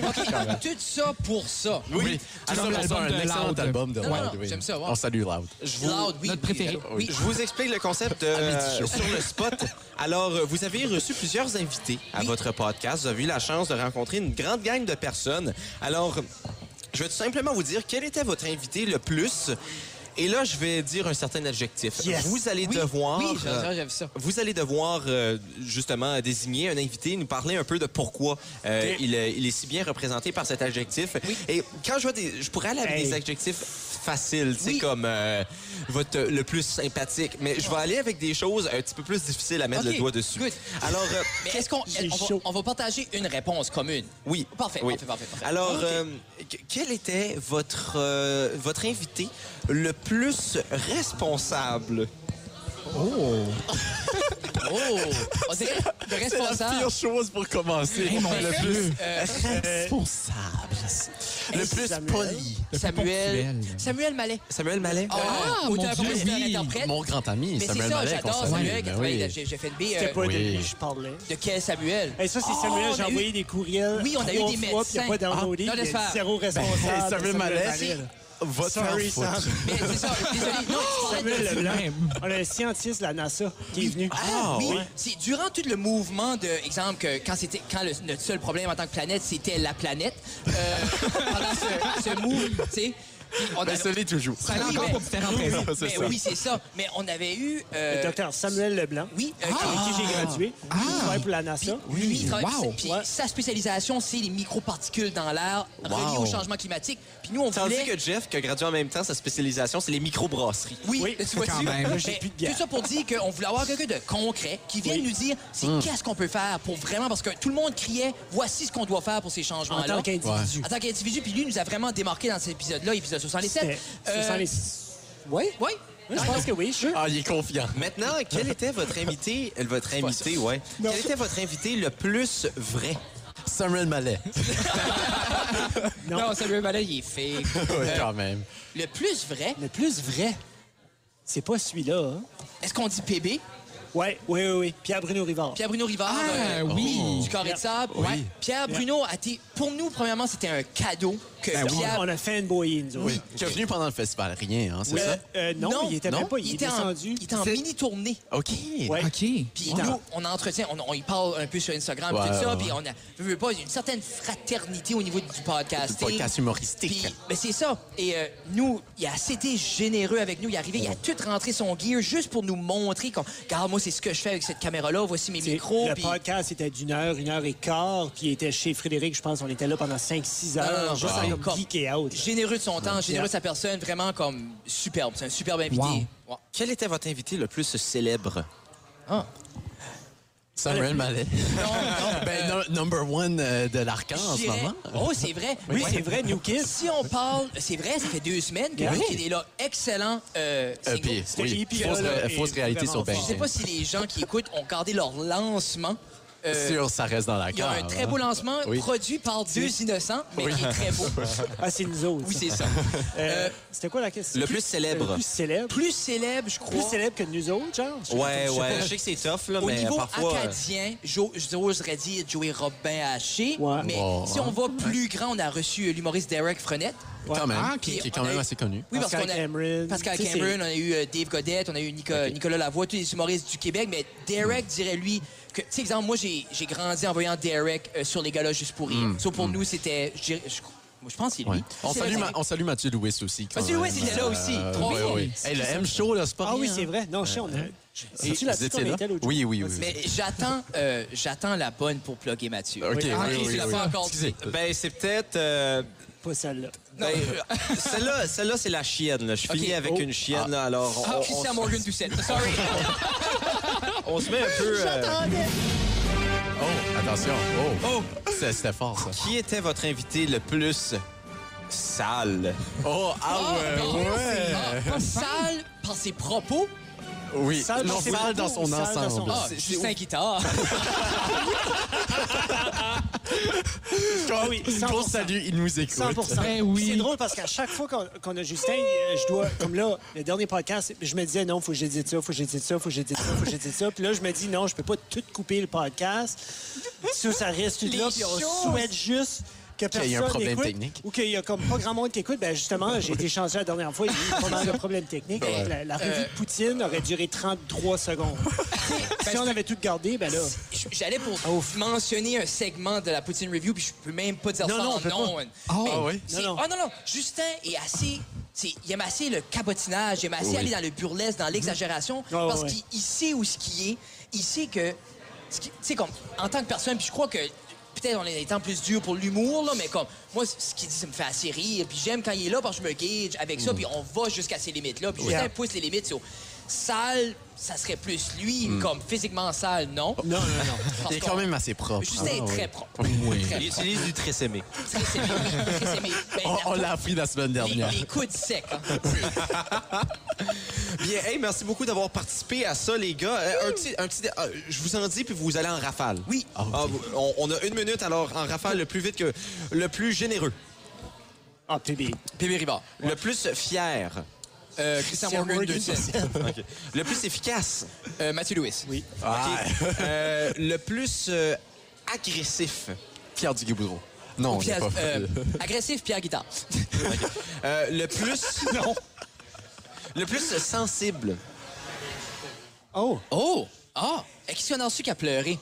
D: OK, tout ça pour ça.
C: Oui, c'est
F: comme l'album
C: un
F: de
C: excellent
F: Loud.
C: album de
D: Non,
C: Loud.
D: non,
C: oui.
D: j'aime ça, ouais.
C: On salue Loud.
A: Je vous,
D: Loud, oui.
F: Notre
D: oui,
F: préféré.
D: euh, Oui.
A: je vous explique le concept euh, sur le spot. Alors, euh, vous avez reçu plusieurs invités à votre podcast. Vous avez eu la chance de rencontrer une grande gang de personnes. Alors, je vais tout simplement vous dire quel était votre invité le plus. Et là, je vais dire un certain adjectif.
E: Yes.
A: Vous allez
D: Oui,
A: devoir...
D: Oui,
A: euh,
D: j'avais ça.
A: Vous allez devoir euh, justement désigner un invité, nous parler un peu de pourquoi euh, il, est- il est si bien représenté par cet adjectif. Et quand je vois des, je pourrais aller avec
E: Hey.
A: des adjectifs faciles, tu sais
D: Oui.
A: comme euh, votre le plus sympathique, mais je vais aller avec des choses un petit peu plus difficiles à mettre
D: Ok,
A: le doigt dessus.
D: good.
A: Alors euh,
D: Mais est-ce qu'on
E: J'ai
D: on va,
E: chaud.
D: on va partager une réponse commune?
A: oui,
D: <laughs> Parfait,
A: oui.
D: parfait, parfait, parfait.
A: Alors,
D: Ok.
A: euh, que- quel était votre euh, votre invité le plus responsable
D: Oh! On dirait le
C: La
D: responsable.
C: pire chose pour commencer. le plus euh,
D: <laughs>
C: responsable. Le
E: Hey,
C: plus
E: Samuel.
C: poli.
D: Samuel. Samuel Mallet.
A: Samuel Mallet?
D: Ah,
F: mon Dieu, oui.
D: interprète.
C: Mon grand ami,
D: Mais c'est
C: Samuel
D: ça,
C: Mallet, qu'on
D: j'adore
C: salue,
D: Samuel.
C: mais
D: qui
C: oui.
D: travaille dans GFNB. euh,
E: C'était pas de
C: oui.
E: lui, je parlais.
D: De quel Samuel?
E: Et ça, c'est
D: Oh,
E: Samuel,
D: on
E: j'ai
D: a eu-
E: envoyé des courriels.
D: Oui, on a eu
E: trois
D: des
E: fois, puis Il
D: médecins.
E: n'y a pas downloadé.
D: Ah, non,
E: il y
D: laisse
E: a
D: faire.
E: zéro responsable.
D: <laughs>
C: Samuel
E: Samuel
C: Mallet,
E: Mallet.
C: Va te faire
E: Sorry,
C: foutre.
E: Sam.
D: Mais c'est ça, désolé.
E: <laughs>
D: Non, tu parlais de-
E: Samuel Leblanc.
F: Même.
E: On a un scientiste de la NASA qui est venu.
D: Ah oui,
E: Ouais.
D: c'est durant tout le mouvement de exemple que quand c'était quand le- notre seul problème en tant que planète c'était la planète euh, <laughs> pendant ce, ce move, tu sais, on
C: Mais
D: avait-
C: ce l'est toujours.
F: Ça allait
D: Oui,
F: encore
D: mais-
F: pour différentes raisons.
C: Ben, c'est
D: mais
C: ça.
D: oui c'est ça, mais on avait eu euh,
E: Le docteur Samuel Leblanc.
D: oui euh,
E: Avec qui j'ai gradué.
D: Ah.
E: Il travaille pour la NASA.
D: Lui, il travaille-
F: Wow.
D: puis
E: Ouais.
D: sa spécialisation, c'est les microparticules dans l'air reliées
C: Wow.
D: au changement climatique. Puis nous, on
A: Tandis
D: voulait...
A: que Jeff, qui a gradué en même temps, sa spécialisation, c'est les microbrasseries.
D: Oui,
E: Oui,
D: tu vois
F: quand même.
E: Moi, j'ai plus de bière.
D: Tout ça pour dire qu'on voulait avoir quelqu'un de concret qui vienne nous dire c'est qu'est-ce qu'on peut faire pour vraiment, parce que tout le monde criait voici ce qu'on doit faire pour ces
E: En
D: changements-là.
E: tant qu'individu.
D: En tant qu'individu, puis lui nous a vraiment démarqué dans cet épisode-là, épisode 67.
E: C'était-
D: euh,
E: ce sont les- Oui?
D: Oui,
E: Oui, Je pense que oui, je
C: Ah, il est confiant.
A: Maintenant, quel était votre invité, euh, votre invité, ouais. Quel était votre invité le plus vrai?
C: Samuel Mallet.
D: <laughs> non. Samuel Mallet, il est fake.
C: Ouais, Quand même.
D: Le plus vrai,
E: Le plus vrai, c'est pas celui-là. Hein?
D: est-ce qu'on dit PB?
E: Ouais, oui, oui, oui. Pierre Bruno Rivard.
D: Pierre Bruno Rivard. euh,
F: Ah, oui.
D: Du carré de sable. Ouais. Pierre Bruno a été. Pour nous, premièrement, c'était un cadeau que
E: Ben
D: Pierre.
E: On a fanboyé, nous autres.
C: Oui. Qui est venu pendant le festival. Rien, hein, c'est
E: Euh,
C: ça?
E: euh, non, il était même pas. Il, est
D: était en-
E: descendu.
D: il était en mini-tournée.
C: OK.
E: Ouais.
F: OK.
D: Puis nous, on entretient, on, on y parle un peu sur Instagram,
C: Ouais,
D: tout ça,
C: ouais,
D: puis on a, je veux pas, il y a une certaine fraternité au niveau du podcasting.
C: Du podcast humoristique.
D: Puis, ben, c'est ça. Et euh, nous, il a assez été généreux avec nous. Il est arrivé, il a tout rentré son gear juste pour nous montrer qu'on, regarde, moi, c'est ce que je fais avec cette caméra-là, voici mes
E: C'est-
D: micros.
E: le
D: puis-
E: podcast était d'une heure, une heure et quart, puis il était chez Frédéric, je pense. On était là pendant 5-6
D: Non, Ah, non,
E: heures,
D: non,
E: Euh, juste
D: wow.
E: à comme
D: Comme-
E: geek et out. là.
D: Généreux de son temps, généreux de sa personne, vraiment comme superbe. C'est un superbe invité.
F: Wow.
D: Ouais.
A: Quel était votre invité le plus célèbre?
C: Samuel Mallet.
D: Non, non,
C: <laughs> Ben,
D: euh,
C: no- number one euh, de
E: Ah,
C: l'Arcan en
D: je
C: ce
D: dirais-
C: moment.
D: Oh, c'est vrai.
E: Oui,
D: Ouais.
E: c'est vrai,
D: <laughs>
E: New Kids.
D: Si on parle, c'est vrai, ça fait deux semaines que
E: Oui.
D: Luc, il est là. Excellent
C: Euh,
D: euh, single.
C: puis,
E: C'était
C: oui.
E: hippie,
C: Fausse,
E: là,
C: euh,
E: et
C: fausse réalité
E: vraiment
C: sur Ben.
D: Je sais pas si les gens qui écoutent ont gardé leur lancement. Euh,
C: Sûr, ça reste dans la
D: il y a
C: cave.
D: un très
C: hein.
D: beau lancement
C: Oui.
D: produit par deux innocents, mais qui est
C: <laughs>
D: très beau.
E: Ah, c'est nous autres.
D: Oui,
E: ça.
D: c'est ça.
E: Euh, C'était quoi la question?
A: le plus célèbre.
E: Le plus célèbre. Plus,
D: Plus célèbre, je crois.
E: célèbre que nous autres, genre? Je sais
A: Ouais,
E: pas, je sais
A: ouais.
E: pas.
A: Je sais que c'est tough, là,
D: Au
A: mais
D: niveau
A: parfois. euh,
D: acadien, jo- j'oserais dire Joey Robin Haché.
E: Ouais.
D: Mais
C: Wow,
D: si on va plus grand, on a reçu euh, l'humoriste Derek Frenette.
C: Quand même.
F: Ah, ok.
C: Qui est quand
D: On a
C: même
D: eu-
C: assez connu.
D: Oui, parce
E: Pascal
D: qu'on a-
E: Cameron.
D: Pascal
E: Tu sais,
D: Cameron,
E: c'est-
D: on a eu euh, Dave Godette, on a eu Nico- Nicolas Lavoie, tous les humoristes du Québec, mais Derek dirait lui que, tu sais, exemple, moi, j'ai j'ai grandi en voyant Derek euh, sur les galas juste pour rire. Sauf pour nous, c'était, je dirais- je- moi, je pense que c'est lui.
C: Ouais. On,
D: C'est
C: salue
D: vrai,
C: Ma-
D: c'est-
C: on salue Mathieu Louis aussi. quand
D: Mathieu Louis,
C: même.
D: il était là aussi.
C: euh,
D: Trop
C: ouais,
D: bien.
C: ouais. Hey, le M-Show, là, c'est pas
E: Ah oui,
C: rien,
E: c'est
C: hein.
E: vrai. Non, je sais, on a...
C: Et
E: C'est-tu la
C: vous
E: petite
C: étiez
E: on
C: là?
E: était l'autre jour?
C: Oui, oui, oui.
D: Mais j'attends euh, j'attends la bonne pour plugger Mathieu.
C: OK, oui,
D: Ah,
C: oui,
D: tu
C: oui,
D: l'as
C: oui.
D: pas encore dit.
C: Excusez.
A: Ben, c'est peut-être. euh,
E: Pas celle-là.
A: ben, celle-là, celle-là, c'est la chienne. là. Je finis
D: Ok.
A: avec
E: Oh.
A: une chienne, là, alors.
D: Ah,
A: on-
D: Christian
A: on,
D: Morgan Doucette. Sorry.
A: on se met un peu. euh,
C: Oh, attention. Oh, C'est- c'était fort, ça.
A: qui était votre invité le plus sale?
C: Oh, ah ouais,
D: non,
C: ouais.
D: Ah, sale par ses propos.
C: Oui,
E: Sale dans ses
C: l'ensemble
E: propos,
C: dans son
E: sale dans son
C: ensemble.
D: Ah, Justin Guitard.
E: Ah oui,
C: Qu'on
E: 100%.
C: salue, il nous écoute.
E: 100
F: Ben oui.
E: Puis C'est drôle parce qu'à chaque fois qu'on qu'on a Justin, euh, je dois, comme là, le dernier podcast, je me disais non, faut que j'édite ça, faut que j'édite ça, faut que j'édite ça, faut que j'édite ça. Puis là, je me dis non, je peux pas tout couper le podcast. Ça, ça reste tout là. Puis on souhaite juste que personne
C: Qu'il y ait un problème
E: écoute,
C: technique.
E: Ou qu'il y a comme pas grand monde qui écoute. Ben justement, j'ai été chanceux la dernière fois, il y a eu pas mal de problèmes techniques. La, la revue de Poutine aurait duré 33 secondes. si on avait tout gardé, ben là.
D: J- J'allais pour
E: Oh.
D: mentionner un segment de la Poutine Review, puis je peux même pas dire
C: Non,
D: ça
C: non, on
D: en
C: peut
D: nom.
C: pas.
F: Ah,
D: Mais
C: ouais?
D: c'est-
E: Non, non.
D: Ah, non, non. Justin est assez... c'est- Il aime assez le cabotinage, il aime assez aller dans le burlesque, dans l'exagération,
E: Ah,
D: parce
E: ouais.
D: qu'il il sait où ce qui est. Il sait que... ce qui- Tu sais, comme, en tant que personne, puis je crois que... Peut-être on est des temps plus durs pour l'humour, là, mais comme, moi, c- ce qu'il dit, ça me fait assez rire. Puis j'aime quand il est là, parce que je me gauge avec ça, puis on va jusqu'à ces limites-là. Puis Justin pousse les limites sur sale, ça serait plus lui, comme physiquement sale, non.
C: Non, non, non.
D: Parce
C: Il est
D: qu'on-
C: quand même assez propre. Ah
D: Justin est très propre.
A: Il utilise du trésémé.
D: Très sémé, oui, très <laughs> sémé. Ben,
C: On,
D: la-
C: on l'a appris la semaine
D: les,
C: dernière.
D: les coudes secs. hein.
A: Bien, hey, merci beaucoup d'avoir participé à ça, les gars. Euh, Un petit, un petit, euh, je vous en dis, puis vous allez en rafale.
D: Oui.
A: Ah, vous- on, on a une minute, alors en rafale le plus vite que le plus généreux,
E: Ah, PB.
D: PB Ribard.
A: le plus <laughs> fier,
D: Euh, Christian
E: Christian
D: Morgan,
E: Morgan,
D: deux cents.
A: le plus efficace,
D: Euh, Mathieu Lewis.
E: Oui.
A: OK. Euh, le plus euh, agressif,
C: Pierre Duguay-Boudreau. Non, on n'est
D: Pierre-
C: pas
D: euh, agressif, Pierre Guitard.
A: Euh, le plus <laughs> non, le plus sensible.
E: Oh!
D: Oh! Ah! Et Qu'est-ce qu'on a reçu qui a pleuré?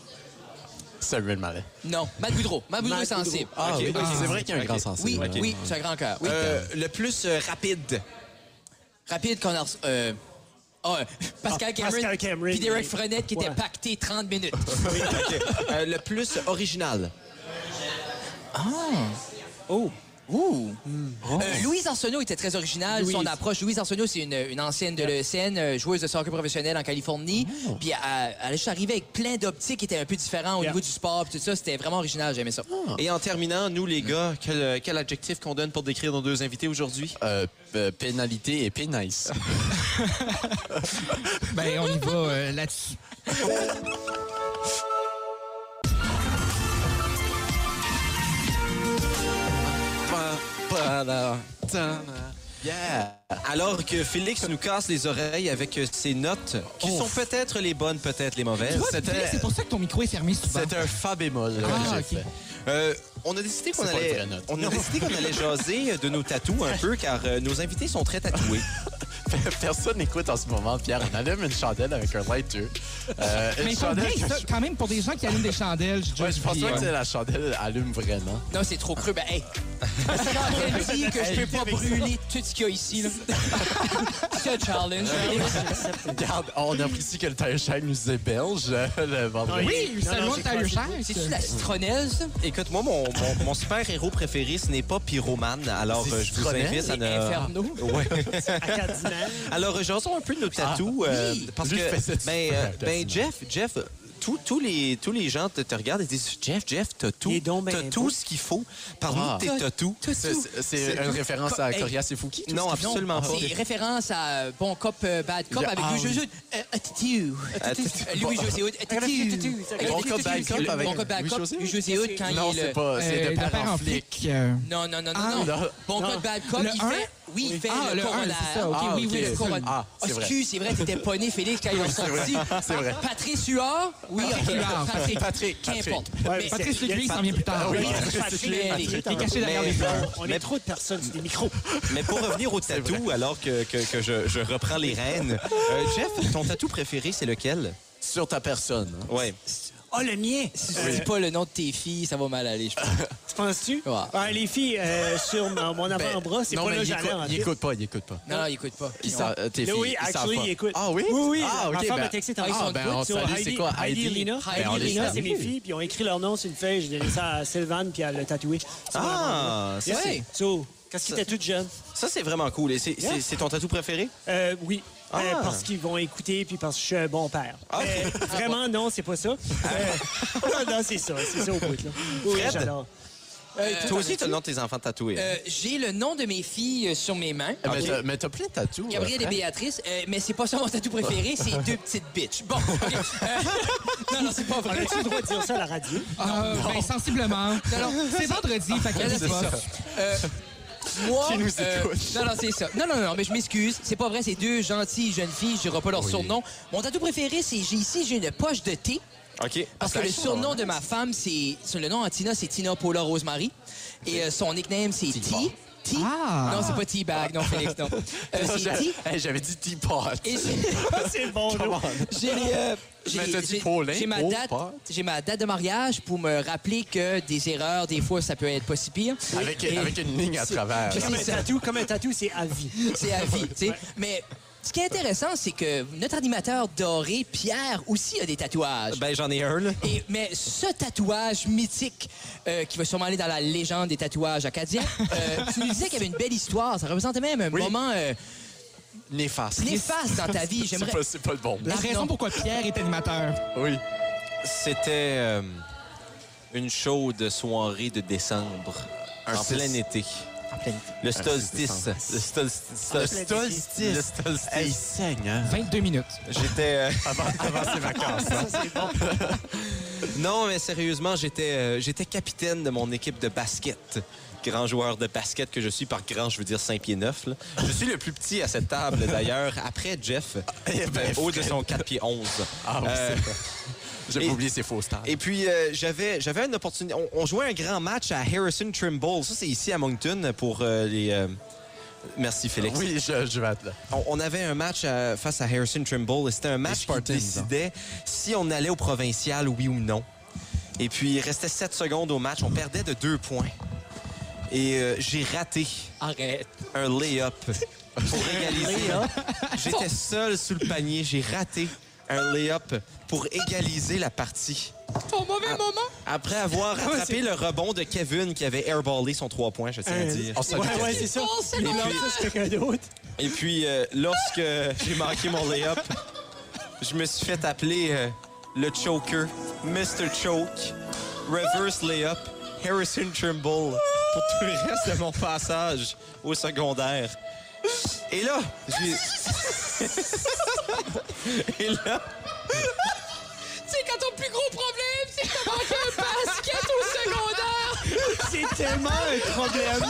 C: <laughs> Samuel Mallet.
D: Non. Matt Boudreau. Matt Boudreau est sensible.
C: Ah,
A: Ok,
C: oui,
A: ah,
C: c'est vrai qu'il y a un
A: ok.
C: grand sens.
D: Oui, oui, c'est un grand cœur. Oui.
A: Euh, le plus euh, rapide.
D: Rapide qu'on a reçu. euh, ah, euh, Pascal
E: Ah,
D: Cameron.
E: Pascal Cameron,
D: Puis Derek
E: oui.
D: Frenette qui était
E: Ouais.
D: pacté 30 minutes.
A: OK. Euh, le plus original.
E: Oh!
D: Ouh! Euh, Louise Arsenault était très originale, son
E: Louise.
D: approche. Louise Arsenault, c'est une, une ancienne de l'ESN, euh, joueuse de soccer professionnelle en Californie. Puis elle, elle est juste arrivée avec plein d'optiques qui étaient un peu différentes au
E: Oh. Yeah. Oh.
D: niveau du sport, puis tout ça. C'était vraiment original, j'aimais ça.
A: Et en terminant, nous les gars, quel, euh, quel adjectif qu'on donne pour décrire nos deux invités aujourd'hui?
C: Euh, euh, pénalité et pénice.
F: Ben, on y va euh, là-dessus.
C: Yeah!
A: Alors que Félix nous casse les oreilles avec euh, ses notes, qui sont peut-être les bonnes, peut-être les mauvaises.
F: Toi,
C: c'était-
F: Félix, C'est pour ça que ton micro est fermé souvent.
C: C'est un fa bémol que
F: Ah,
C: j'ai
F: ok.
C: fait.
A: Euh, on a décidé qu'on
C: C'est pas une
A: allait,
C: vraie note.
A: on a décidé qu'on allait jaser de nos tatous un peu, car euh, nos invités sont très tatoués.
C: <laughs> Personne n'écoute en ce moment, Pierre. On allume une chandelle avec un lighter. Euh, une
F: Mais ils sont bien,
C: chandelle que
F: ça,
C: je-
F: quand même, pour des gens qui allument des chandelles. Je,
C: Ouais, je pense
F: dis,
C: pas que
F: euh,
C: c'est la chandelle allume vraiment.
D: Non, c'est trop creux. Ben,
E: <laughs>
D: hey! C'est quand elle dit que je peux pas brûler tout ce qu'il y a ici.
E: <laughs>
D: là. C'est un challenge.
C: Regarde, on a apprécie que le Tire nous est belge euh, le vendredi.
F: Oui, le salon de taille chère.
D: C'est-tu la citronnelle, ça?
A: Écoute, moi, mon, mon- mon super-héros préféré, ce n'est pas Pyromane. Alors,
C: C'est
A: euh, je vous
C: Citronel
A: invite à
D: et
A: ne...
D: Inferno.
A: Ouais.
E: Acadinal.
A: Alors, euh, jasons un peu de nos tatous. euh,
D: oui.
A: parce que,
C: Lui, je Ah, fais ça
A: ben, euh,
C: super
A: ben,
C: facilement.
A: Jeff, Jeff, euh, tous- tous les, tous les gens te, te regardent et disent Jeff, Jeff, t'as tout,
E: Il est donc ben
A: t'as
E: beau.
A: tout ce qu'il faut. Parle-nous
C: Ah.
A: de tes tatous.
C: C'est- c'est- C'est une référence à
D: Hey.
C: Coria Sefouki? tout
A: Non,
C: ça?
A: absolument pas.
D: C'est référence à Bon Cop, euh, Bad Cop
C: Le-
D: avec
C: ah
D: Louis
C: oui.
D: José. Euh, Attitude.
A: Attitude.
D: Euh, Louis José. Hood, Attitude.
E: Attitude.
C: Bon Cop, Bad Cop
D: Le-
C: avec
D: Bon Cop, Bad
C: Louis
D: Cop,
C: José Hood?
D: Louis José Hood quand
C: Non,
D: il est
C: c'est
D: le-
C: pas. C'est
F: euh,
C: de
F: le
C: père en flic.
F: flic. euh,
D: Non, non, non, non,
F: Ah,
D: non.
C: le-
D: Bon code, bad code,
F: Le
D: il
F: un?
D: fait... Oui, il fait
F: Ah,
D: le
F: le un,
D: coroner.
F: c'est ça, ok,
D: Ah,
F: oui,
D: ok.
F: oui,
D: le
F: le
D: coroner.
C: Ah, c'est vrai.
D: excuse, c'est vrai, t'étais pas né, Félix, quand ils <laughs> ont sorti.
C: c'est vrai.
D: Patrice Huard? Oui,
F: Patrick Huard.
D: Patrick.
C: Patrick,
D: Qu'importe.
E: Ouais,
D: Mais-
F: Patrice
E: c'est-
F: Lécuyer, il s'en vient plus tard.
E: Ah Oui,
F: Il
E: Patrick,
D: Mais-
E: Patrick,
F: est caché derrière
C: Eh
A: Mais-
F: les
C: ben,
F: fleurs.
E: On est trop de personnes sur des micros.
A: Mais pour revenir
C: <laughs>
A: au tatou, alors que, que- que je, je reprends les rênes, euh, Jeff, ton tatou préféré, c'est lequel?
C: Sur ta personne. hein.
A: Ouais.
E: Oh, le mien!
D: Si tu dis pas le nom de tes filles, ça va mal aller, je pense.
E: Tu penses-tu?
D: Ouais.
E: Ah, les filles, euh, sur mon, mon
C: Ben,
E: avant-bras, c'est
C: non,
E: pas hein.
C: mais
E: là que
C: il
E: j'allais
C: écoute-
E: en
C: Il
E: fait.
C: écoute pas, il écoute pas.
D: Non, non, il écoute pas.
C: Ils savent- euh, tes
E: Là,
C: filles,
E: oui,
C: ils savent
E: actually,
C: pas.
E: il écoute.
C: Ah oui?
E: Oui, oui.
C: Ah,
E: ma
C: ok,
E: femme
C: ben-
E: m'a texté
D: Ah,
E: tantôt.
D: ils sont
C: Ah, ben,
D: de
C: on
D: route,
E: Sur
C: salue, c'est
E: Heidi-
C: quoi? Ben,
E: Heidi et Lina.
D: Heidi et
E: Heidi et
D: Lina,
E: Lina,
D: c'est
E: c'est mes filles. Puis ils ont écrit leur nom sur une feuille. J'ai donné ça à Sylvane, puis elle l'a tatoué.
A: Ah,
E: c'est
A: c'est-
E: vrai. So, quand ils étaient toutes jeunes.
A: Ça, c'est vraiment cool. Et c'est c'est-
E: Yeah.
A: c'est ton tatou préféré?
E: Euh, oui. Euh,
A: Ah.
E: parce qu'ils vont écouter puis parce que je suis un bon père.
C: Ah.
E: Mais vraiment, non, c'est pas ça. Euh, <laughs> non, non, c'est ça. C'est ça au bout. Là. Oui,
A: Fred?
E: j'adore.
C: Euh,
A: Toi aussi, tu as le nom de tes enfants tatoués. hein?
D: Euh, J'ai le nom de mes filles euh, sur mes mains.
C: Ah, mais t'as- Mais t'as plein de tatous. euh,
D: Gabrielle et
C: frère.
D: Béatrice, euh, mais c'est pas ça mon tatou préféré, c'est deux petites bitches. Bon, ok. Euh, Non, non, c'est pas
E: <laughs>
D: vrai.
E: As-tu le droit de dire ça à la radio?
F: Euh, ben, sensiblement. C'est vendredi, fait qu'il y a
D: Non,
F: des
D: non, c'est
F: profs.
D: ça. Euh, moi,
C: Qui nous
D: euh,
C: écoute.
D: non, non, c'est ça. Non, non, non, mais je m'excuse. C'est pas vrai, c'est deux gentilles jeunes filles. Je dirai pas leur surnom. Mon tatou préféré, c'est j'ai ici, j'ai une poche de thé.
C: Euh,
A: OK.
C: ah,
D: Parce que le surnom de ma femme, c'est. sur Le nom en Tina, c'est Tina Paula Rosemary. Et euh, son nickname, c'est T. T.
F: Ah.
D: Non, c'est pas T-Bag, non, Félix, non. Euh, c'est T.
C: <laughs> Hey, J'avais dit teapot.
D: Et j'ai-
E: <laughs> C'est bon, là.
D: j'ai euh, j'ai-
C: Mais t'as dit
D: j'ai-
C: Paulin,
D: j'ai ma
C: oh,
D: date
C: pas.
D: j'ai ma date de mariage pour me rappeler que des erreurs des fois ça peut être pas si pire
C: Avec,
D: Et-
C: avec une ligne à travers.
D: Puis
E: Comme un
D: c'est ça.
E: tatou, comme un tatou, c'est à vie.
D: c'est à vie, tu sais. Mais ce qui est intéressant, c'est que notre animateur doré, Pierre, aussi a des tatouages.
A: Ben, j'en ai un, là.
D: Et- mais ce tatouage mythique euh, qui va sûrement aller dans la légende des tatouages acadiens,
C: <laughs>
D: euh, tu nous disais qu'il y avait une belle histoire. Ça représentait même un moment euh,
C: Néfaste.
D: néfaste dans ta vie. J'aimerais.
C: C'est pas, c'est pas le bon.
F: La raison
D: Non.
F: pourquoi Pierre est animateur.
C: Oui.
A: C'était euh, une chaude soirée de décembre, en
C: six.
A: plein été.
D: En pleine-
A: Le solstice.
C: décembre.
A: Le solstice. Le
E: plein été.
A: solstice. Le solstice.
C: Hey, saigne, hein?
F: 22 minutes.
A: J'étais... <laughs> euh,
C: Avant ses vacances.
A: <laughs> Non, mais sérieusement, j'étais euh, j'étais capitaine de mon équipe de basket. Grand joueur de basket que je suis, par grand, je veux dire 5 pieds 9. là. Je suis le plus petit à cette table, d'ailleurs, après Jeff,
C: eh ben,
A: euh, haut de son 4 pieds 11.
C: Ah, oui,
A: Euh,
C: c'est vrai. J'avais
A: et-
C: oublié ses faux stars.
A: et puis, euh, j'avais j'avais une opportunité. On, on jouait un grand match à Harrison Trimble. Ça, c'est ici à Moncton pour euh, les. euh, Merci, Félix.
C: Oui, je, je vais être là.
A: On, on avait un match à- face à Harrison Trimble et c'était un match qui
C: Spartans,
A: décidait si on allait au provincial, oui ou non. Et puis, il restait 7 secondes au match. On perdait de 2 points. Et euh, j'ai raté
D: Arrête.
A: un lay-up pour égaliser. J'étais seul sous le panier. J'ai raté un lay-up pour égaliser la partie.
F: Au
C: Ah.
F: mauvais moment.
A: Après <laughs> avoir rattrapé le rebond de Kevin qui avait airballé son 3 points, je tiens à dire.
C: On salue
E: Ouais, ouais,
C: Catherine.
E: c'est ça.
F: Bon, c'est
E: Il
F: bon.
E: lance ça sur quelqu'un d'autre.
A: Et puis, euh, lorsque j'ai manqué mon lay-up, je me suis fait appeler euh, le choker, Mr. Choke, reverse lay-up, Harrison Trimble pour tout le reste de mon passage au secondaire. Et là, j'ai... <laughs> Et là,
D: C'est quand ton plus gros problème, c'est que t'as manqué un basket au secondaire.
E: C'est tellement un problème.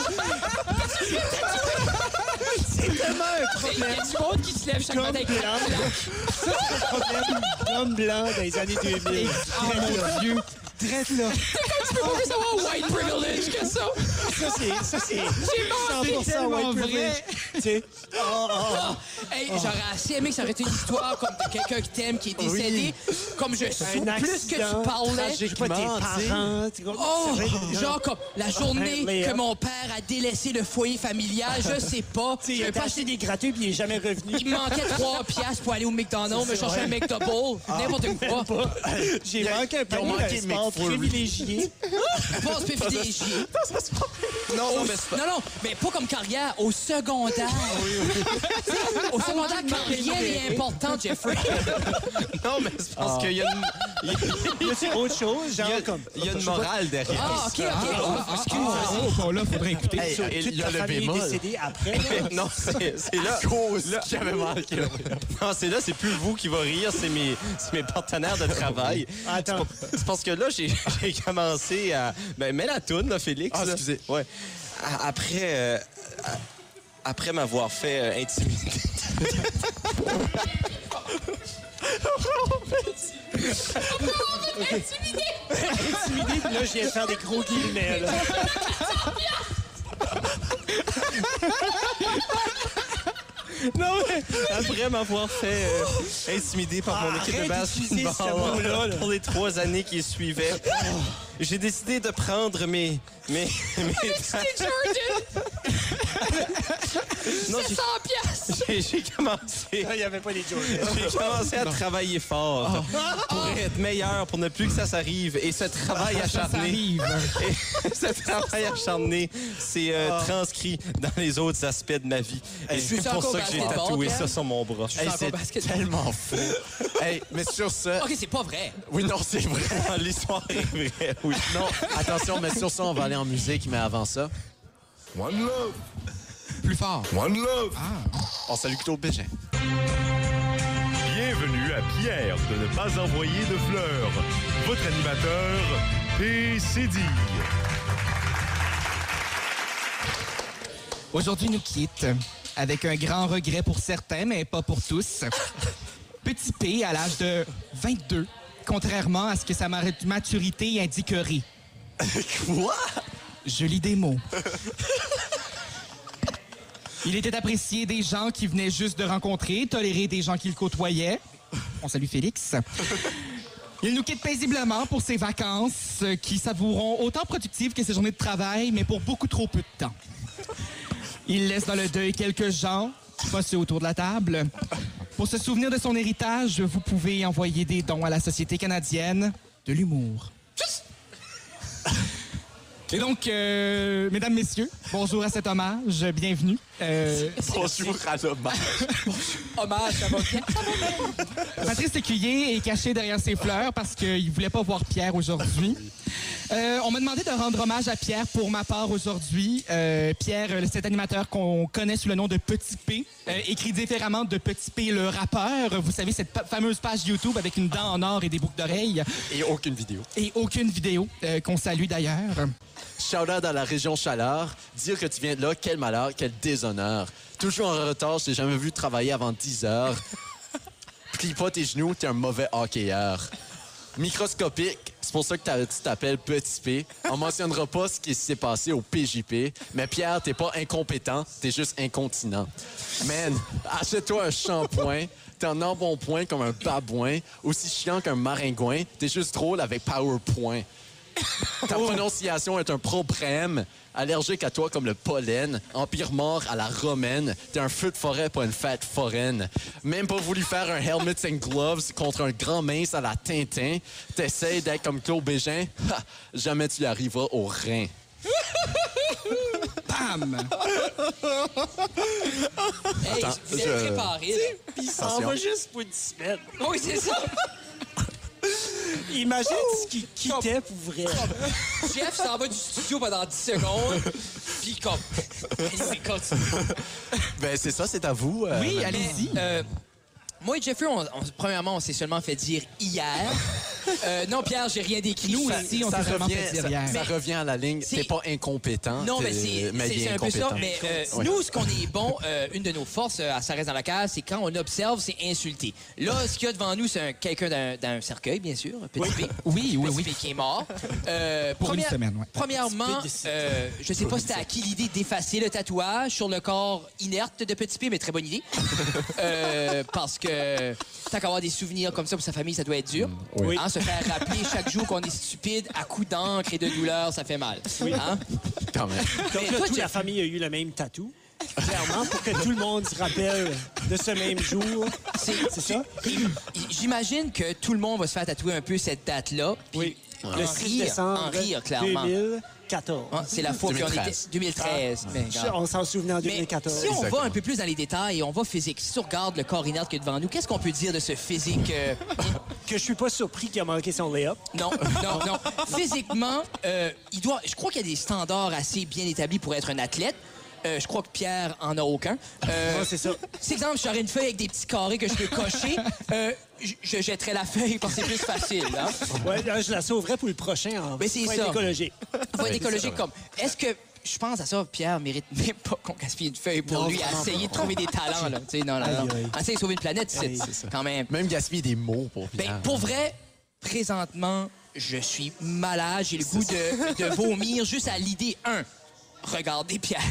E: C'est tellement un
D: Il y a
E: problème.
D: du monde qui se lève chaque
E: Gomme
D: matin.
E: blanc. Ça, c'est le problème. Gomme blanc dans les années 2000.
F: Oh mon Dieu. Traite là.
D: Tu peux pas plus avoir white privilege que ça.
E: Ça, c'est. Ça, c'est.
F: manqué
E: 100%
F: tellement
E: white
F: vrai.
E: privilege. Tu sais,
D: Ah! Hey, j'aurais assez aimé que ça aurait été une histoire comme de quelqu'un qui t'aime, qui est décédé. Comme je suis,
E: un
D: plus que tu
E: accident,
D: parlais.
E: Je sais pas, tes parents. tu comprends?
D: Oh,
E: C'est vrai que-
D: genre comme la journée
E: Hey, Léa.
D: que mon père a délaissé le foyer familial, je sais pas.
E: <laughs> Tu
D: Je
E: sais, il
D: vais
E: a
D: pas
E: acheté
D: acheter-
E: des gratuits puis il est jamais revenu.
D: Il me manquait 3 piastres pour aller au McDonald's, me chercher un McDouble,
E: Ah.
D: n'importe
E: <laughs>
D: quoi.
E: J'ai manqué un panier d'un
C: manqué
E: sport
C: McFlurry.
E: privilégié.
D: Pas privilégié.
A: non, non, mais c'est pas-
D: Non, non, mais pas comme carrière, au secondaire. <laughs> au secondaire, quand rien n'est important, <laughs> Jeffrey.
A: non, mais c'est parce qu'il y a une, Ah. il y a-
E: Là, c'est autre chose,
A: il y a-
E: genre comme.
A: il y a une morale derrière.
D: Ah, OK, OK.
F: Excuse-moi. Bon, là, faudrait écouter.
A: Ah,
C: Hey,
E: Sur
C: et
E: toute
C: il y a
E: ta
C: le
E: famille
C: bémol.
E: décédée après.
A: <laughs>
E: là.
A: Non, c'est c'est là. là-
C: J'avais manqué.
A: Non, c'est là, c'est plus vous qui va rire, c'est mes, c'est mes partenaires de travail.
E: Attends.
A: C'est parce que là, j'ai <laughs> j'ai commencé à. Ben, mets la toune, là, Félix.
C: Ah,
A: là.
C: excusez.
A: Ouais. A- Après. euh, a- après m'avoir fait euh, intimider.
E: Intimidé, puis là, je viens de faire des gros guillemets. Là.
A: Non, mais <laughs> après m'avoir fait euh, intimider par mon équipe de
E: Arrête d'utiliser
A: basketball
E: ce mot-là,
A: <laughs>
E: là.
A: pour les trois années qui suivaient, j'ai décidé de prendre mes. mes, mes <laughs> non, j'ai-
G: 100 piastres!
A: j'ai- j'ai commencé.
E: Là, il n'y avait pas les jokes.
A: J'ai commencé à travailler fort
D: Ah.
A: pour être meilleur, pour ne plus que ça s'arrive. Et ce travail
F: Ça, ça
A: acharné,
F: arrive.
A: <laughs> ce travail acharné, c'est euh, transcrit dans les autres aspects de ma vie. Et
D: Ah. Je suis
A: c'est
D: encore
A: pour ça que j'ai
D: basketball,
A: tatoué
D: Pierre.
A: ça sur mon bras.
D: Je suis
A: Hey,
D: encore
A: c'est-
D: basket.
C: Tellement
D: <laughs>
C: fou. hey, mais sur ce...
D: OK, c'est pas vrai.
C: Oui, non, c'est vrai.
A: <laughs> L'histoire est vraie,
D: <laughs>
A: oui.
C: <laughs> Non, attention, mais sur ça, on va aller en musique, mais avant ça,
J: One love,
F: Plus fort.
J: one love.
C: Ah. on salue Claude Bégin.
J: Bienvenue Bienvenue à Pierre de ne pas envoyer de fleurs. Votre animateur, PCD.
F: Aujourd'hui nous quitte avec un grand regret pour certains, mais pas pour tous. <laughs> Petit P à l'âge de 22, contrairement à ce que sa ma- maturité indiquerait.
C: Quoi?
F: Je lis des mots. <laughs> Il était apprécié des gens qui venaient juste de rencontrer, toléré des gens qui le côtoyaient. On salue Félix. Il nous quitte paisiblement pour ses vacances euh, qui s'avoueront autant productives que ses journées de travail, mais pour beaucoup trop peu de temps. Il laisse dans le deuil quelques gens, pas ceux autour de la table. Pour se souvenir de son héritage, vous pouvez envoyer des dons à la Société canadienne de l'humour. Et donc, euh, mesdames, messieurs, bonjour à cet hommage, bienvenue. Euh,
C: Bonjour à l'hommage.
D: Hommage, ça va bien.
F: Patrice Écuyer est caché derrière ses fleurs parce qu'il ne voulait pas voir Pierre aujourd'hui. Euh, on m'a demandé de rendre hommage à Pierre pour ma part aujourd'hui. Euh, Pierre, euh, cet animateur qu'on connaît sous le nom de Petit P, euh, écrit différemment de Petit P le rappeur. Vous savez, cette pa- fameuse page YouTube avec une dent en or et des boucles d'oreilles
C: Et aucune vidéo.
F: et aucune vidéo euh, qu'on salue d'ailleurs.
C: Shout-out à la région Chaleur. Dire que tu viens de là, quel malheur, quel déshonneur. Toujours en retard, je t'ai jamais vu travailler avant 10 heures. Plie pas tes genoux, t'es un mauvais hockeyeur. Microscopique, c'est pour ça que t'as- tu t'appelles Petit P. On mentionnera pas ce qui s'est passé au PJP. Mais Pierre, t'es pas incompétent, t'es juste incontinent. Man, achète-toi un shampoing. T'es en embonpoint comme un babouin, aussi chiant qu'un maringouin. T'es juste drôle avec PowerPoint. Ta
D: Oh.
C: prononciation est un problème. Allergique à toi comme le pollen. Empire mort à la romaine. T'es un feu de forêt, pas une fête foraine. Même pas voulu faire un helmet and gloves contre un grand mince à la Tintin. T'essayes d'être comme Claude Bégin. Ha! jamais tu y arriveras au rein.
F: Bam!
D: Hey,
C: Attends,
D: vous
C: je-
D: êtes préparé. là.
E: Il s'en
C: Attention.
E: va juste pour une semaine.
D: Oui, c'est ça.
E: Imagine ce qu'il quittait pour vrai.
D: Jeff s'en va du studio pendant 10 secondes, puis comme... Il continue.
C: Ben, c'est ça, c'est à vous. euh,
F: oui,
C: madame.
F: allez-y.
D: Euh, moi et Jeffrey, on- on- premièrement, on s'est seulement fait dire hier. Euh, non, Pierre, j'ai rien décrit.
F: Nous
D: Ça-
F: aussi, on
C: ça
F: s'est vraiment
C: revient,
F: fait dire
C: ça-
F: hier.
C: ça revient à la ligne.
D: C'est-
C: T'es pas incompétent.
D: Non,
C: hein, t'es-
D: mais c'est
C: mais
D: c'est-
C: il est
D: c'est un peu ça.
C: incompétent.
D: Mais euh,
C: Ouais.
D: nous, ce qu'on est bon, euh, une de nos forces euh, à Ça reste dans la case, c'est quand on observe, c'est insulter. Là, ce qu'il y a devant nous, c'est un- quelqu'un d'un- d'un cercueil, bien sûr, un petit oui.
F: Oui, oui,
D: Petit
F: oui.
D: P qui est mort. Euh,
F: Pour une semaine, ouais.
D: Premièrement,
E: Petit P décédé.
D: euh, je sais pas c'était à qui l'idée d'effacer le tatouage sur le corps inerte de Petit P, mais très bonne idée. Euh, parce que tant qu'avoir des souvenirs comme ça pour sa famille, ça doit être dur.
E: oui.
D: Hein, se faire rappeler chaque jour qu'on est stupide à coups d'encre et de douleur, ça fait mal. Hein?
C: <laughs> Quand même.
E: Donc
D: Mais
E: là,
D: toi,
E: toute la
D: Jeff-
E: famille a eu le même tatou. Clairement, pour que tout le monde se rappelle de ce même jour.
D: C'est-
E: C'est ça?
D: J'imagine que tout le monde va se faire tatouer un peu cette date-là. puis
E: Oui.
D: en
E: Le 6
D: rire-
E: décembre
D: En rire, clairement.
E: 2014.
D: Hein, C'est la fois qu'on était...
C: 2013.
D: 2013. mais
E: Je-
D: Ben, regarde.
E: Ah. On s'en souvient en
D: Mais
E: 2014.
D: si on
C: Exactement.
D: va un peu plus dans les détails et on va physique, si on regarde le corps inerte qui est devant nous, qu'est-ce qu'on peut dire de ce physique... euh,
E: Que je suis pas surpris qu'il a manqué son lay-up.
D: Non, <laughs> non, non. Physiquement, euh, il doit, je crois qu'il y a des standards assez bien établis pour être un athlète. Euh, je crois que Pierre en a aucun. Euh,
E: Ouais, c'est ça.
D: Si, exemple, j'aurais une feuille avec des petits carrés que je peux cocher, euh, je- je jetterais la feuille parce que c'est plus facile. Hein?
E: Ouais, là, je la sauverais pour le prochain. En
D: Mais c'est
E: faut
D: ça.
E: être écologique.
D: Faut être écologique comme. Est-ce que. Je pense à ça, Pierre mérite <laughs> même pas qu'on gaspille une feuille pour lui à essayer de trouver des talents. Là. Tu sais, non, non, non.
E: Aïe, aïe.
D: Essayer de sauver une planète, c'est quand même.
C: Même gaspiller des mots pour
D: Ben,
C: Pierre.
D: pour vrai, présentement, je suis malade. J'ai le goût de, de vomir juste à l'idée, un, regarder Pierre. <laughs>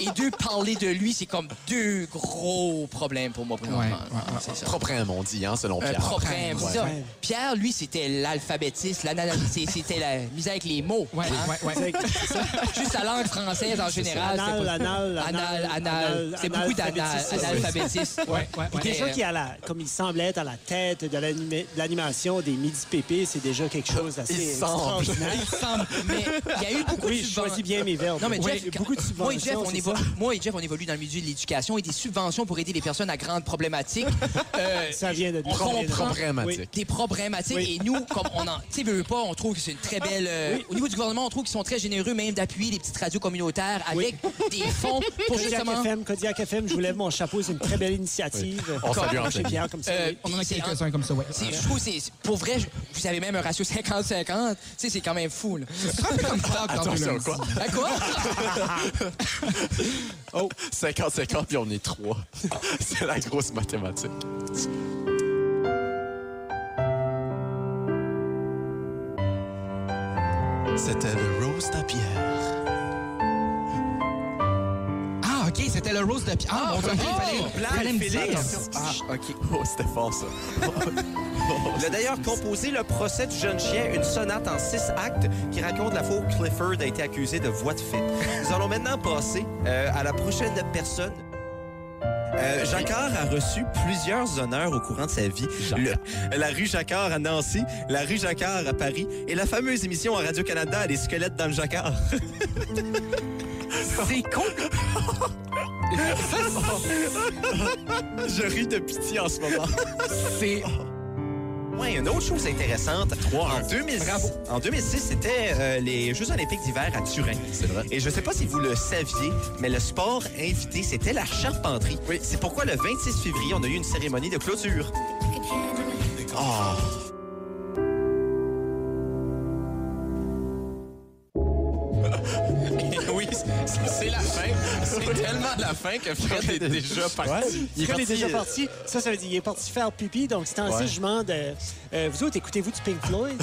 D: Et deux, parler de lui, c'est comme deux gros problèmes pour moi. présentement.
F: Ouais, ouais,
D: c'est ça.
C: Propre à on dit, hein, selon
D: Un
C: Pierre.
D: Euh, propre c'est ça.
E: Ouais.
D: Pierre, lui, c'était l'alphabétiste, l'anal- c'est- c'était la mise avec les mots.
F: Ouais,
D: hein.
F: ouais, ouais.
E: C'est-
D: Juste la langue française en général. c'est
E: Anal,
D: pas-
E: anal,
D: anal,
E: anal,
D: anal.
E: anal,
D: C'est beaucoup d'anal,
E: analphabétisme.
D: analphabétisme.
F: Ouais, ouais, ouais.
E: Déjà qu'il est à la, comme il semblait être à la tête de l'animé- de l'animation des midi pépés, c'est déjà quelque chose d'assez
C: Il semble.
E: extraordinaire.
D: Mais il y a eu beaucoup
E: euh, Oui,
D: de
E: je
D: subven-
E: choisis bien mes verbe.
D: Non, mais
E: Oui,
D: Jeff,
E: il y a beaucoup de subventions.
D: moi, et Jeff, on
E: c'est
D: évo- moi et Jeff, on évolue dans le milieu de l'éducation et des subventions pour aider les personnes à grande problématique.
E: ça. Ça vient de
D: on comprend
C: Problématique.
E: Oui.
D: des problématiques
E: Oui.
D: et nous, comme on en, tu sais, veux, veux pas, on trouve que c'est une très belle. euh, Au niveau du gouvernement, on trouve qu'ils sont très généreux même d'appuyer les petites radios communautaires avec des fonds pour
E: Kodiak
D: justement. euh,
E: FM, Kodiak FM, je vous lève mon chapeau, c'est une très belle initiative.
C: On salue
E: Comme-
C: Anthony.
E: Chez Pierre, comme ça.
D: Euh,
E: oui.
F: On en a
D: c'est-
F: quelques-uns comme ça, ouais.
D: c'est- Je trouve que c'est pour vrai, je- vous avez même un ratio 50-50. Tu sais, c'est quand même fou. Là.
F: C'est un peu comme Frog dans
C: Attention,
F: Ambulance.
C: quoi?
D: À quoi?
C: Oh. <laughs> 50-50, puis on est trois. <laughs> C'est la grosse mathématique. C'était le Rose Pierre.
F: Ah, OK, c'était le Rose de Pierre. Ah, mon Dieu, OK, fallait, fallait me dire.
C: Ah, OK. Oh, c'était fort, ça.
A: Il a d'ailleurs composé le procès du jeune chien, une sonate en six actes qui raconte la fois où Clifford a été accusé de voie de fait. Nous allons maintenant passer euh, à la prochaine personne. Euh, Jacquard a reçu plusieurs honneurs au courant de sa vie. Le- la rue Jacquard à Nancy, la rue Jacquard à Paris et la fameuse émission à Radio-Canada, Les squelettes dans le Jacquard.
D: C'est
A: <laughs>
D: con.
C: Je ris de pitié en ce moment.
D: C'est
A: Ouais, une autre chose intéressante. En, 2006, en 2006, c'était euh, les Jeux olympiques d'hiver à Turin.
C: C'est vrai.
A: Et je ne sais pas si vous le saviez, mais le sport invité, c'était la charpenterie. Oui. C'est pourquoi le 26 février, on a eu une cérémonie de clôture.
C: <laughs> oui, c'est- c'est la fin. <laughs> C'est tellement la fin que Fred est déjà parti.
E: Il est déjà
C: euh,
E: parti. Ça, ça veut dire qu'il est parti faire pipi. Donc, c'est ainsi,
C: Ouais.
E: je demande. euh, euh, vous autres, écoutez-vous du Pink Floyd?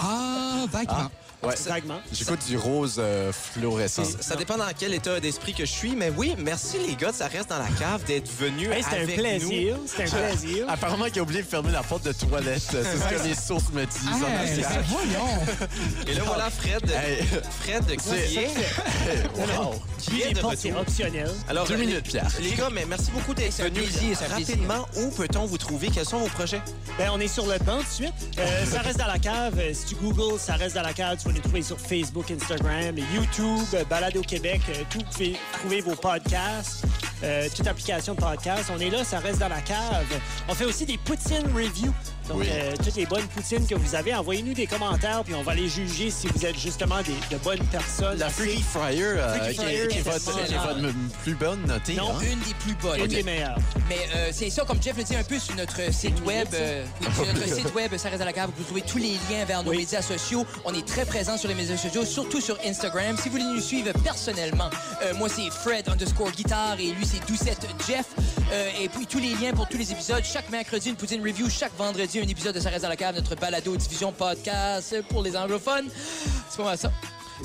F: Ah, vaguement.
C: Ouais.
E: Vaguement.
C: J'écoute du rose euh, fluorescent.
A: Ça dépend dans quel état d'esprit que je suis, mais oui, merci les gars, ça reste dans la cave d'être venus
E: Hey, C'était un
A: avec
E: plaisir. C'était un plaisir.
C: Apparemment, il a oublié de fermer la porte de toilette. C'est ce que les sources me disent.
F: Ah,
C: en
F: ben
C: arrière.
F: voyons.
A: nous. Et là, voilà Fred,
C: Hey.
A: Fred qui est,
C: Wow.
A: qui
E: Puis,
A: est
E: les
A: de
E: portes, c'est
A: retour.
E: optionnel.
A: Alors,
C: Deux
A: euh,
C: minutes, Pierre.
A: Les gars, mais merci beaucoup d'être
D: C'est un
A: venus.
D: plaisir, c'est un plaisir.
A: Rapidement, où peut-on vous trouver? Quels sont vos projets?
E: Ben, on est sur le banc tout de suite. Euh, ça reste dans la cave. Euh, Si tu googles, ça reste dans la cave. Tu vas les trouver sur Facebook, Instagram, YouTube, euh, Balade au Québec. Euh, tout, vous pouvez trouver vos podcasts, euh, toute application de podcast. On est là, ça reste dans la cave. On fait aussi des poutine reviews. Donc,
C: Oui.
E: euh, toutes les bonnes poutines que vous avez, envoyez-nous des commentaires, puis on va les juger si vous êtes justement des, de bonnes personnes.
C: La Freaky Fryer, euh,
E: Freaky
C: qui-
E: Fryer,
C: qui, est votre,
E: c'est
C: qui est votre m- plus bonne notée.
E: Non,
C: hein?
D: une des plus bonnes.
E: Une des meilleures.
D: Mais euh, c'est ça, comme Jeff le dit un peu sur notre site web, euh, oui, sur notre site web, ça reste à la cave. Vous trouvez tous les liens vers nos
E: Oui.
D: médias sociaux. On est très présents sur les médias sociaux, surtout sur Instagram. Si vous voulez nous suivre personnellement, euh, moi c'est Fred underscore guitare et lui c'est Doucette Jeff. Euh, et puis tous les liens pour tous les épisodes. Chaque mercredi, une poutine review. Chaque vendredi, un épisode de Ça reste à la cave, notre balado diffusion podcast pour les anglophones. C'est pas mal ça.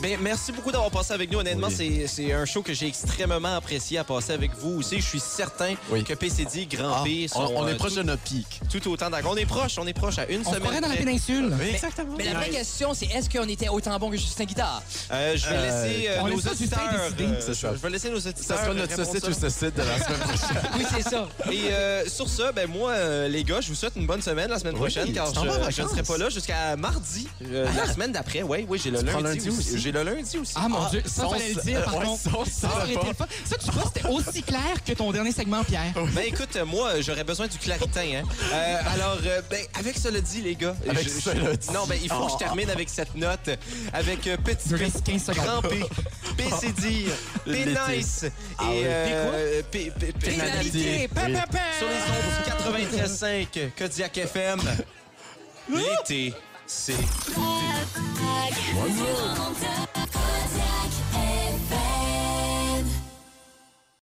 A: Ben, merci beaucoup d'avoir passé avec nous. Honnêtement,
C: Oui.
A: c'est- c'est un show que j'ai extrêmement apprécié à passer avec vous aussi. Je suis certain
C: Oui.
A: que PCD, Grand
C: Ah,
A: P
C: on,
A: sont
C: on
A: euh,
C: est proche de notre pic.
A: tout, tout autant d'accord. On est proche, on est proche à une
F: On se
A: semaine.
F: croirait dans la
A: près.
F: péninsule.
A: Exactement.
D: Mais la vraie question, c'est est-ce qu'on était autant bon que Justin Guitare?
A: Euh, je vais
C: Euh,
A: laisser euh,
F: on
A: nos
F: laisse ça du
A: auditeurs.
F: temps décider.
A: euh,
C: C'est ça.
A: Je vais laisser nos auditeurs.
C: Ça sera notre
A: répondre
C: société
A: ça.
C: ou société de la semaine prochaine.
D: Oui, c'est ça.
A: Et euh, sur ça, ben moi, euh, les gars, je vous souhaite une bonne semaine la semaine
C: Oui,
A: prochaine,
C: tu
A: car
C: t'en vas en
A: je, je ne
C: vacances.
A: serai pas là jusqu'à mardi, euh, la semaine d'après. Oui, oui, j'ai le
C: prends
A: lundi,
C: lundi aussi?
A: J'ai le lundi aussi.
F: Ah, mon Dieu, ça,
C: ça,
F: fallait le
C: ça-
F: dire, Ah, par
C: ouais,
F: contre.
C: ça, on
F: Ça,
C: sait
F: aurait été
C: pas.
F: le fun. Ça, tu vois, c'était aussi clair que ton dernier segment, Pierre.
A: Ben écoute, euh, moi, j'aurais besoin du claritin. Hein. Euh, alors, euh, ben, avec cela dit, les gars.
C: Avec
A: je- je-
C: cela dit.
A: Non, ben il faut que je termine avec cette note. Avec euh, petit
F: Il
A: P,
F: reste 15 secondes.
A: grand P, PCD, P-Nice et euh, P- P- P-
D: Pénalité. Pa, pa, pa.
A: Sur les ondes du 93.5, Kodiak FM, l'été, c'est...
G: Bye.